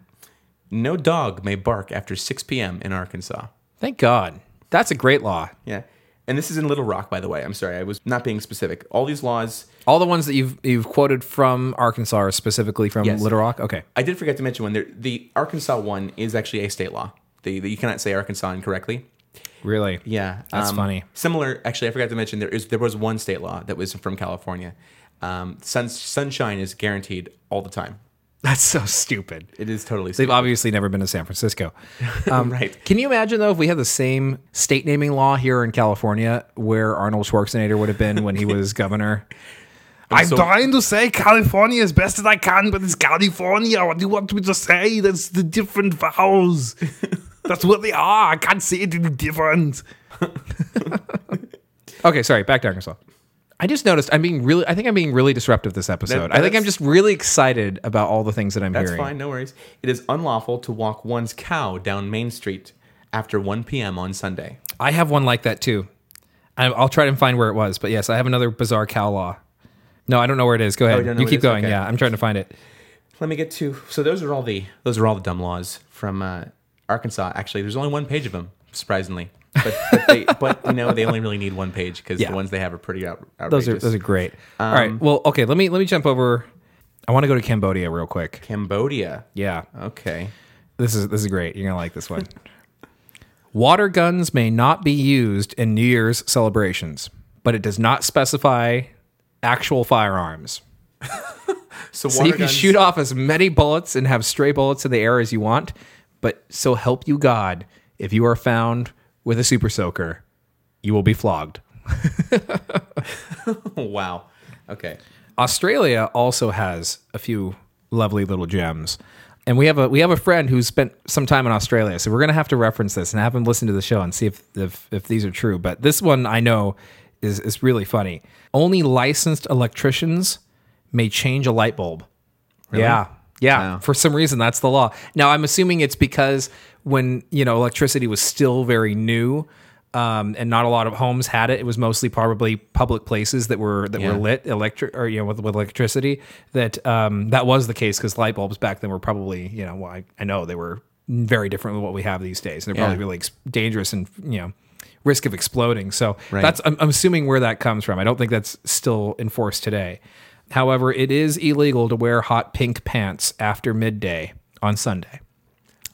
[SPEAKER 1] no dog may bark after 6 p.m. in Arkansas.
[SPEAKER 2] Thank God. That's a great law.
[SPEAKER 1] Yeah. And this is in Little Rock, by the way. I'm sorry, I was not being specific. All these laws,
[SPEAKER 2] All the ones that you've you've quoted from Arkansas are specifically from
[SPEAKER 1] Yes.
[SPEAKER 2] Little Rock. Okay.
[SPEAKER 1] I did forget to mention one. There, the Arkansas one is actually a state law. The, the, you cannot say Arkansas incorrectly.
[SPEAKER 2] Really?
[SPEAKER 1] Yeah, um,
[SPEAKER 2] That's funny.
[SPEAKER 1] Similar, actually, I forgot to mention there is there was one state law that was from California. Um, sun, sunshine is guaranteed all the time.
[SPEAKER 2] That's so stupid.
[SPEAKER 1] It is totally safe.
[SPEAKER 2] They've obviously never been to San Francisco. Um,
[SPEAKER 1] right.
[SPEAKER 2] Can you imagine though if we had the same state naming law here in California where Arnold Schwarzenegger would have been when he was governor?
[SPEAKER 4] I'm
[SPEAKER 1] so-
[SPEAKER 4] trying to say California as best as I can, but it's California. What do you want me to say? That's the different vowels. That's what they are. I can't say it any different.
[SPEAKER 2] Okay, sorry, back to Arkansas. I just noticed I'm being really I think I'm being really disruptive this episode. I think I'm
[SPEAKER 1] that's-
[SPEAKER 2] just really excited about all the things that I'm
[SPEAKER 1] That's
[SPEAKER 2] hearing.
[SPEAKER 1] fine. No worries. It is unlawful to walk one's cow down Main Street after 1 p.m. on Sunday.
[SPEAKER 2] I have one like that too. I, I'll try and find where it was, but yes, I have another bizarre cow law. Oh, No, I don't know where it is. Go
[SPEAKER 1] you
[SPEAKER 2] ahead.
[SPEAKER 1] don't know
[SPEAKER 2] you
[SPEAKER 1] what it
[SPEAKER 2] keep
[SPEAKER 1] is?
[SPEAKER 2] going.
[SPEAKER 1] Okay.
[SPEAKER 2] Yeah, I'm trying to find it.
[SPEAKER 1] Let me get to. So those are all the those are all the dumb laws from uh, Arkansas. Actually, there's only one page of them, surprisingly. But but, they, but you know they only really need one page because
[SPEAKER 2] Yeah.
[SPEAKER 1] the ones they have are pretty out, outrageous.
[SPEAKER 2] Those are those are great. all right. Well, okay. Let me let me jump over. I want to go to Cambodia real quick.
[SPEAKER 1] Cambodia.
[SPEAKER 2] Yeah.
[SPEAKER 1] Okay.
[SPEAKER 2] This is this is great. You're gonna like this one. Water guns may not be used in New Year's celebrations, but it does not specify actual firearms.
[SPEAKER 1] So,
[SPEAKER 2] So you can shoot off as many bullets and have stray bullets in the air as you want, but so help you God, if you are found with a super soaker, you will be flogged.
[SPEAKER 1] Wow. Okay.
[SPEAKER 2] Australia also has a few lovely little gems. And we have a we have a friend who's spent some time in Australia, so we're gonna have to reference this and have him listen to the show and see if if, if these are true. But this one I know is is really funny. Only licensed electricians may change a light bulb. Yeah. Yeah. For some reason that's the law. Now I'm assuming it's because when, you know, electricity was still very new, um, and not a lot of homes had it. It was mostly probably public places that were that were
[SPEAKER 1] Yeah.
[SPEAKER 2] lit electric or you know with, with electricity. That um, that was the case because light bulbs back then were probably you know well, I, I know they were very different than what we have these days. They're probably
[SPEAKER 1] Yeah.
[SPEAKER 2] really ex- dangerous and you know risk of exploding. So
[SPEAKER 1] Right.
[SPEAKER 2] that's I'm, I'm assuming where that comes from. I don't think that's still enforced today. However, it is illegal to wear hot pink pants after midday on Sunday.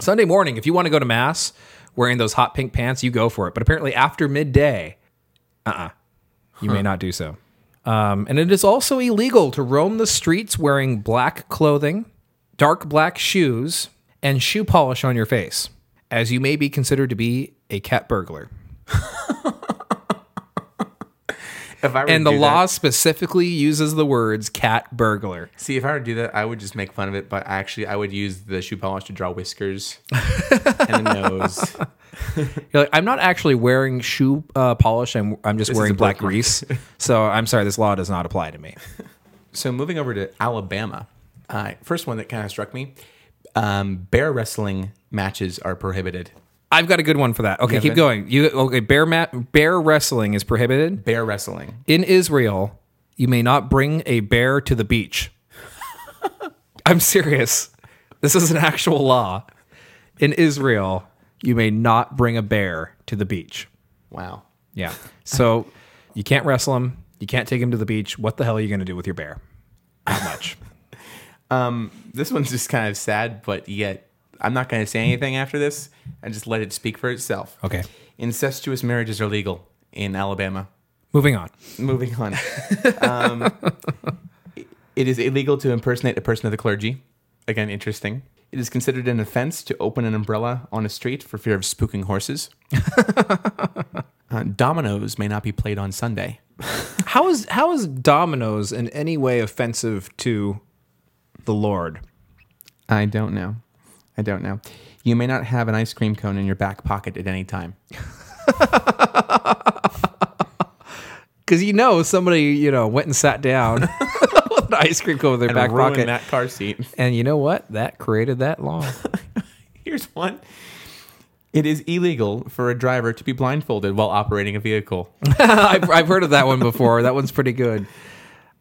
[SPEAKER 2] Sunday morning, if you want to go to mass wearing those hot pink pants, you go for it. But apparently, after midday, uh uh you may not do so. Um, and it is also illegal to roam the streets wearing black clothing, dark black shoes, and shoe polish on your face, as you may be considered to be a cat burglar.
[SPEAKER 1] If I were
[SPEAKER 2] and
[SPEAKER 1] to
[SPEAKER 2] the
[SPEAKER 1] do
[SPEAKER 2] law
[SPEAKER 1] that-
[SPEAKER 2] specifically uses the words cat burglar.
[SPEAKER 1] See, if I were to do that, I would just make fun of it, but actually, I would use the shoe polish to draw whiskers and a nose.
[SPEAKER 2] You're like, I'm not actually wearing shoe uh, polish. I'm I'm just
[SPEAKER 1] is
[SPEAKER 2] wearing
[SPEAKER 1] a
[SPEAKER 2] black
[SPEAKER 1] birthmark.
[SPEAKER 2] grease. So I'm sorry, this law does not apply to me.
[SPEAKER 1] So moving over to Alabama, uh, first one that kind of struck me: um, bear wrestling matches are prohibited.
[SPEAKER 2] I've got a good one for that. Okay, keep
[SPEAKER 1] okay.
[SPEAKER 2] going. You okay? Bear mat bear wrestling is prohibited
[SPEAKER 1] Bear wrestling.
[SPEAKER 2] in Israel. You may not bring a bear to the beach. I'm serious. This is an actual law. In Israel, you may not bring a bear to the beach.
[SPEAKER 1] Wow.
[SPEAKER 2] Yeah. So you can't wrestle him. You can't take him to the beach. What the hell are you going to do with your bear? Not much.
[SPEAKER 1] This one's just kind of sad, but yet I'm not going to say anything after this and just let it speak for itself.
[SPEAKER 2] Okay.
[SPEAKER 1] Incestuous marriages are legal in Alabama.
[SPEAKER 2] Moving on.
[SPEAKER 1] Moving on. um, it is illegal to impersonate a person of the clergy. Again, interesting. It is considered an offense to open an umbrella on a street for fear of spooking horses. uh, dominoes may not be played on Sunday.
[SPEAKER 2] How is how is dominoes in any way offensive to the Lord?
[SPEAKER 1] I don't know. I don't know. You may not have an ice cream cone in your back pocket at any time.
[SPEAKER 2] Because you know somebody you know went and sat down with an ice cream cone in their back
[SPEAKER 1] Ruin
[SPEAKER 2] pocket,
[SPEAKER 1] that car seat.
[SPEAKER 2] and you know what? That created that law.
[SPEAKER 1] Here's one. It is illegal for a driver to be blindfolded while operating a vehicle.
[SPEAKER 2] I've, I've heard of that one before. That one's pretty good.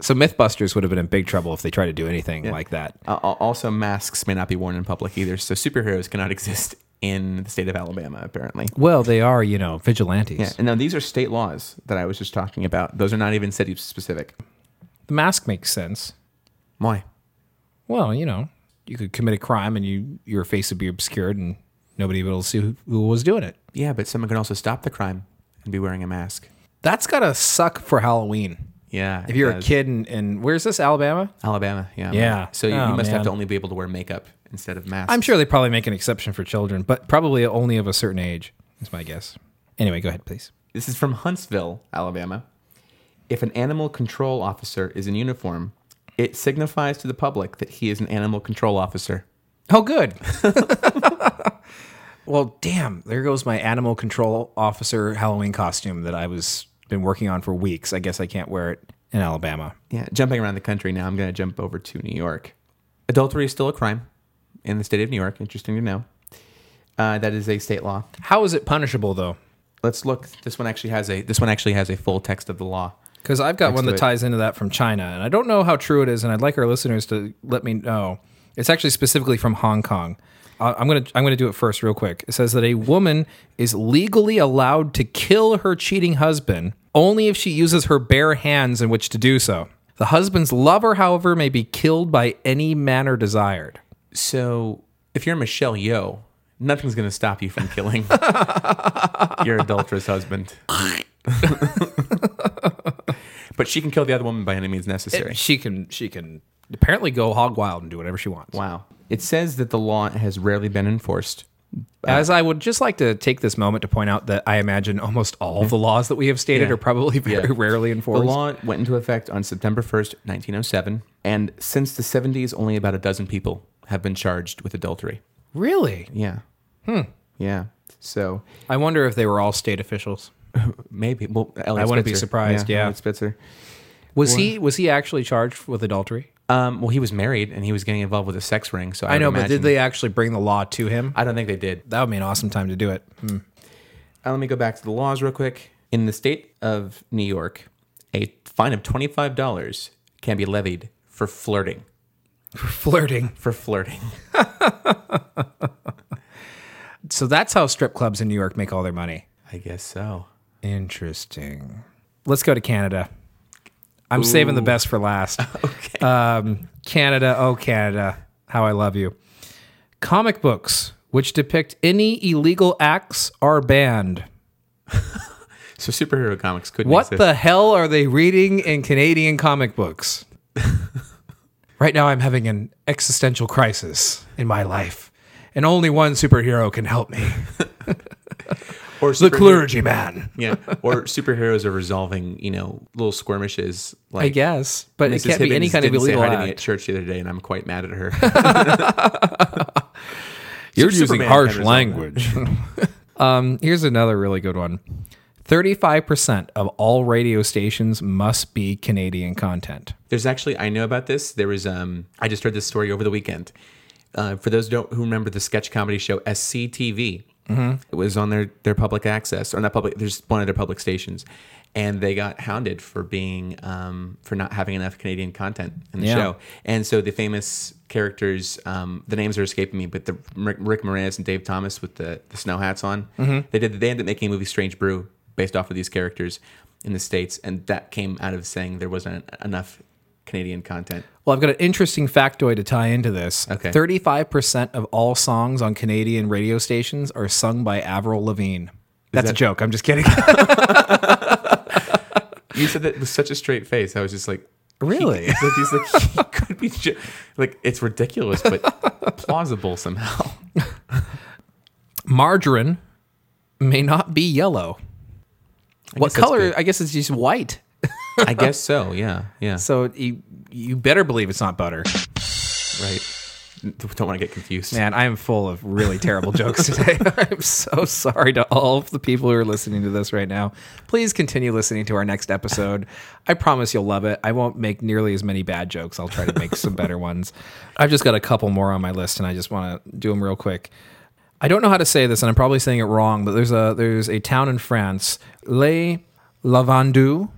[SPEAKER 2] So MythBusters would have been in big trouble if they tried to do anything like that.
[SPEAKER 1] Uh, al- also, masks may not be worn in public either, so superheroes cannot exist in the state of Alabama, apparently.
[SPEAKER 2] Well, they are you know vigilantes.
[SPEAKER 1] Yeah, and now these are state laws that I was just talking about. Those are not even city specific.
[SPEAKER 2] The mask makes sense.
[SPEAKER 1] Why?
[SPEAKER 2] Well, you know, you could commit a crime and you your face would be obscured and nobody would be able to see who, who was doing it.
[SPEAKER 1] Yeah, but someone can also stop the crime and be wearing a mask.
[SPEAKER 2] That's gotta suck for Halloween.
[SPEAKER 1] Yeah.
[SPEAKER 2] If you're
[SPEAKER 1] it
[SPEAKER 2] a
[SPEAKER 1] does.
[SPEAKER 2] kid and, and where's this Alabama?
[SPEAKER 1] Alabama, yeah.
[SPEAKER 2] Yeah.
[SPEAKER 1] So you,
[SPEAKER 2] Oh,
[SPEAKER 1] you must have
[SPEAKER 2] man.
[SPEAKER 1] to only be able to wear makeup instead of masks.
[SPEAKER 2] I'm sure they probably make an exception for children, but probably only of a certain age. Is my guess. Anyway, go ahead, please.
[SPEAKER 1] This is from Huntsville, Alabama. If an animal control officer is in uniform, it signifies to the public that he is an animal control officer.
[SPEAKER 2] Oh, good. well, damn. There goes my animal control officer Halloween costume that I was been working on for weeks. I guess I can't wear it in Alabama.
[SPEAKER 1] Yeah, jumping around the country now, I'm going to jump over to New York. Adultery is still a crime in the state of New York. Interesting to know. Uh, that is a state law.
[SPEAKER 2] How is it punishable though?
[SPEAKER 1] Let's look. This one actually has a this one actually has a full text of the law.
[SPEAKER 2] Because I've got one
[SPEAKER 1] to
[SPEAKER 2] that
[SPEAKER 1] it.
[SPEAKER 2] ties into that from China, and I don't know how true it is, and I'd like our listeners to let me know. It's actually specifically from Hong Kong. Uh, I'm gonna I'm gonna do it first, real quick. It says that a woman is legally allowed to kill her cheating husband only if she uses her bare hands in which to do so. The husband's lover, however, may be killed by any manner desired.
[SPEAKER 1] So if you're Michelle Yeoh, nothing's going to stop you from killing your adulterous husband. but she can kill the other woman by any means necessary.
[SPEAKER 2] She can she can apparently go hog wild and do whatever she wants.
[SPEAKER 1] wow. It says that the law has rarely been enforced.
[SPEAKER 2] As I would just like to take this moment to point out that I imagine almost all the laws that we have stated
[SPEAKER 1] Yeah.
[SPEAKER 2] are probably very
[SPEAKER 1] Yeah.
[SPEAKER 2] rarely
[SPEAKER 1] The
[SPEAKER 2] enforced.
[SPEAKER 1] law went into effect on September 1st, 1907, and since the 70s, only about a dozen people have been charged with adultery.
[SPEAKER 2] really?
[SPEAKER 1] Yeah. Hmm. Yeah. So
[SPEAKER 2] I wonder if they were all state officials.
[SPEAKER 1] maybe. Well, Elliot
[SPEAKER 2] I wouldn't be
[SPEAKER 1] Spitzer.
[SPEAKER 2] surprised, yeah.
[SPEAKER 1] Elliot Spitzer.
[SPEAKER 2] Was he was he actually charged with adultery?
[SPEAKER 1] Um, well, he was married and he was getting involved with a sex ring. So I,
[SPEAKER 2] I
[SPEAKER 1] would
[SPEAKER 2] know, but
[SPEAKER 1] imagine-
[SPEAKER 2] did they actually bring the law to him?
[SPEAKER 1] I don't think they did.
[SPEAKER 2] That would be an awesome time to do it. Hmm.
[SPEAKER 1] Uh, let me go back to the laws real quick. In the state of New York, a fine of twenty five dollars can be levied for flirting.
[SPEAKER 2] Flirting.
[SPEAKER 1] For flirting.
[SPEAKER 2] So that's how strip clubs in New York make all their money.
[SPEAKER 1] I guess so.
[SPEAKER 2] Interesting. Let's go to Canada. I'm saving the best for last. okay. Um, Canada, oh Canada, how I love you. Comic books which depict any illegal acts are banned.
[SPEAKER 1] So superhero comics couldn't
[SPEAKER 2] What
[SPEAKER 1] exist.
[SPEAKER 2] the hell are they reading in Canadian comic books? right now, I'm having an existential crisis in my life, and only one superhero can help me.
[SPEAKER 1] Or
[SPEAKER 2] the
[SPEAKER 1] superhero-
[SPEAKER 2] clergyman.
[SPEAKER 1] Yeah. Or superheroes are resolving, you know, little skirmishes. Like
[SPEAKER 2] I guess, but it
[SPEAKER 1] Mrs.
[SPEAKER 2] can't be any
[SPEAKER 1] Hibbins
[SPEAKER 2] kind of
[SPEAKER 1] didn't say
[SPEAKER 2] illegal
[SPEAKER 1] hi to me at
[SPEAKER 2] act.
[SPEAKER 1] church the other day, and I'm quite mad at her.
[SPEAKER 2] You're
[SPEAKER 1] Superman harsh can resolve
[SPEAKER 2] language. um, here's another really good one. 35% of all radio stations must be Canadian content.
[SPEAKER 1] There's actually I know about this. There was um I just heard this story over the weekend. Uh, for those who don't who remember the sketch comedy show SCTV,
[SPEAKER 2] Mm-hmm.
[SPEAKER 1] it was on their their public access or not public. There's one of their public stations, and they got hounded for being um, for not having enough Canadian content in the
[SPEAKER 2] Yeah.
[SPEAKER 1] show. And so the famous characters, um, the names are escaping me, but the Rick, Rick Moranis and Dave Thomas with the, the snow hats on, they did. They ended up making a movie Strange Brew based off of these characters in the states, and that came out of saying there wasn't enough Canadian content.
[SPEAKER 2] Well, I've got an interesting factoid to tie into this.
[SPEAKER 1] Okay.
[SPEAKER 2] 35% of all songs on Canadian radio stations are sung by Avril Lavigne. That's a joke. I'm just kidding.
[SPEAKER 1] You said that with such a straight face. I was just like.
[SPEAKER 2] Really?
[SPEAKER 1] He, he's like, he's like, he could be, ju- like, it's ridiculous, but plausible somehow.
[SPEAKER 2] Margarine may not be yellow. what
[SPEAKER 1] guess that's
[SPEAKER 2] color?
[SPEAKER 1] good.
[SPEAKER 2] I guess it's just white.
[SPEAKER 1] I guess so. Yeah. Yeah.
[SPEAKER 2] So you, you better believe it's not butter.
[SPEAKER 1] right. Don't want to get confused.
[SPEAKER 2] Man, I am full of really terrible jokes today. I'm so sorry to all of the people who are listening to this right now. Please continue listening to our next episode. I promise you'll love it. I won't make nearly as many bad jokes. I'll try to make some better ones. I've just got a couple more on my list, and I just want to do them real quick. I don't know how to say this, and I'm probably saying it wrong, but there's a there's a town in France, Les Lavandous.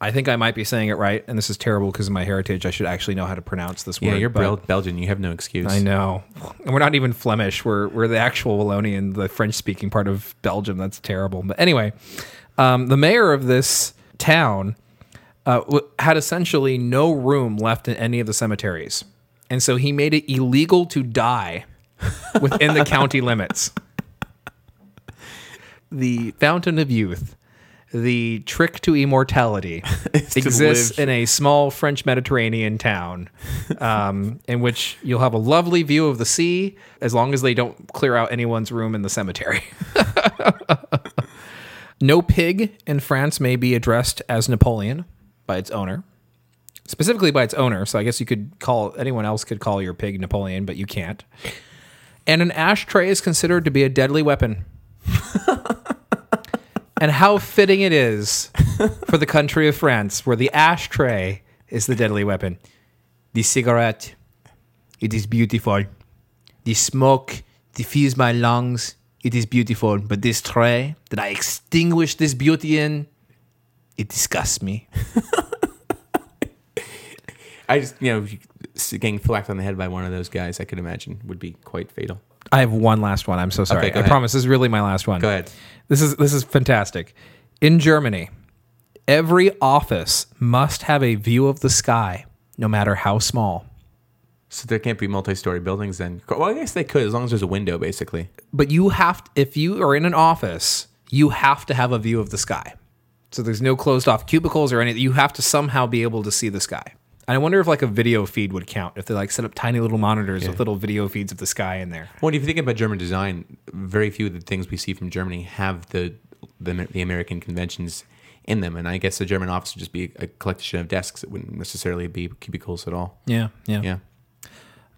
[SPEAKER 2] I think I might be saying it right, and this is terrible because of my heritage. I should actually know how to pronounce this
[SPEAKER 1] Yeah,
[SPEAKER 2] word.
[SPEAKER 1] you're
[SPEAKER 2] but-
[SPEAKER 1] Bel- Belgian. You have no excuse.
[SPEAKER 2] I know. And we're not even Flemish. We're we're the actual Wallonian, the French speaking part of Belgium. That's terrible. But anyway, um, the mayor of this town uh, w- had essentially no room left in any of the cemeteries, and so he made it illegal to die within the county limits. The Fountain of Youth, the trick to immortality, exists in a small French Mediterranean town, um, in which you'll have a lovely view of the sea as long as they don't clear out anyone's room in the cemetery. no pig in France may be addressed as Napoleon by its owner, specifically by its owner. So I guess you could call anyone else could call your pig Napoleon, but you can't. And an ashtray is considered to be a deadly weapon. and how fitting it is for the country of France, where the ashtray is the deadly weapon. The cigarette, it is beautiful. The smoke diffuse my lungs. It is beautiful. But this tray that I extinguish this beauty in, it disgusts me.
[SPEAKER 1] I just, you know, getting thwacked on the head by one of those guys, I could imagine would be quite fatal.
[SPEAKER 2] I have one last one. I'm so sorry.
[SPEAKER 1] Okay, go
[SPEAKER 2] I
[SPEAKER 1] ahead.
[SPEAKER 2] promise this is really my last one.
[SPEAKER 1] Go ahead.
[SPEAKER 2] This is this is fantastic. In Germany, every office must have a view of the sky, no matter how small.
[SPEAKER 1] So there can't be multi-story buildings then. Well, I guess they could as long as there's a window, basically.
[SPEAKER 2] but you have if you are in an office, you have to have a view of the sky. So there's no closed off cubicles or anything. You have to somehow be able to see the sky. And I wonder if like a video feed would count if they like set up tiny little monitors with little video feeds of the sky in there.
[SPEAKER 1] Well, if you think about German design, very few of the things we see from Germany have the the, the American conventions in them, and I guess the German office would just be a collection of desks. It wouldn't necessarily be cubicles at all.
[SPEAKER 2] Yeah, yeah.
[SPEAKER 1] Yeah.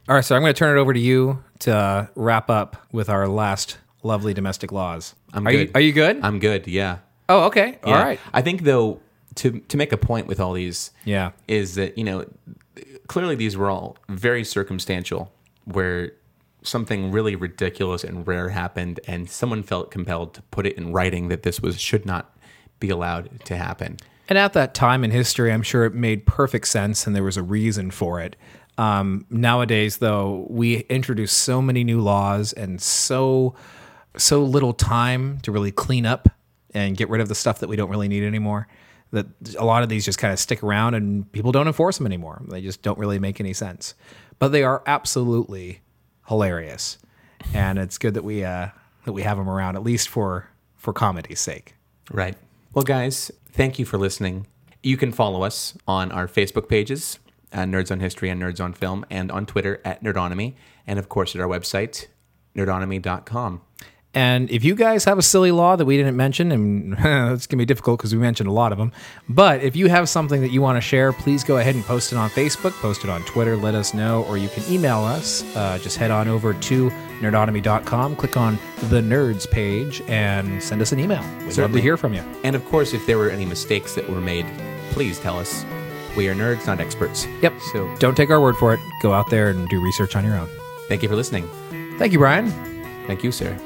[SPEAKER 2] All right, so I'm going to turn it over to you to uh, wrap up with our last lovely domestic laws.
[SPEAKER 1] I'm
[SPEAKER 2] are you
[SPEAKER 1] good.
[SPEAKER 2] are you good?
[SPEAKER 1] I'm good. Yeah.
[SPEAKER 2] oh, okay. All
[SPEAKER 1] Yeah.
[SPEAKER 2] right.
[SPEAKER 1] I think though to to make a point with all these
[SPEAKER 2] Yeah.
[SPEAKER 1] is that, you know, clearly these were all very circumstantial where something really ridiculous and rare happened and someone felt compelled to put it in writing that this was should not be allowed to happen.
[SPEAKER 2] And at that time in history, I'm sure it made perfect sense and there was a reason for it. Um, nowadays, though, we introduce so many new laws and so so little time to really clean up and get rid of the stuff that we don't really need anymore. That a lot of these just kind of stick around and people don't enforce them anymore. They just don't really make any sense. But they are absolutely hilarious, and it's good that we uh, that we have them around at least for for comedy's sake.
[SPEAKER 1] Right. Well, guys, thank you for listening. You can follow us on our Facebook pages, uh, Nerds on History and Nerds on Film, and on Twitter at Nerdonomy, and of course at our website, nerdonomy.com.
[SPEAKER 2] And if you guys have a silly law that we didn't mention, and it's going to be difficult because we mentioned a lot of them, but if you have something that you want to share, please go ahead and post it on Facebook, post it on Twitter, let us know, or you can email us. Uh, just head on over to nerdonomy.com, click on the nerds page, and send us an email. We'd love to
[SPEAKER 1] Certainly.
[SPEAKER 2] hear from you.
[SPEAKER 1] And of course, if there were any mistakes that were made, please tell us. We are nerds, not experts.
[SPEAKER 2] Yep.
[SPEAKER 1] So
[SPEAKER 2] Don't take our word for it. Go out there and do research on your own.
[SPEAKER 1] thank you for listening.
[SPEAKER 2] Thank you, Brian.
[SPEAKER 1] Thank you, sir.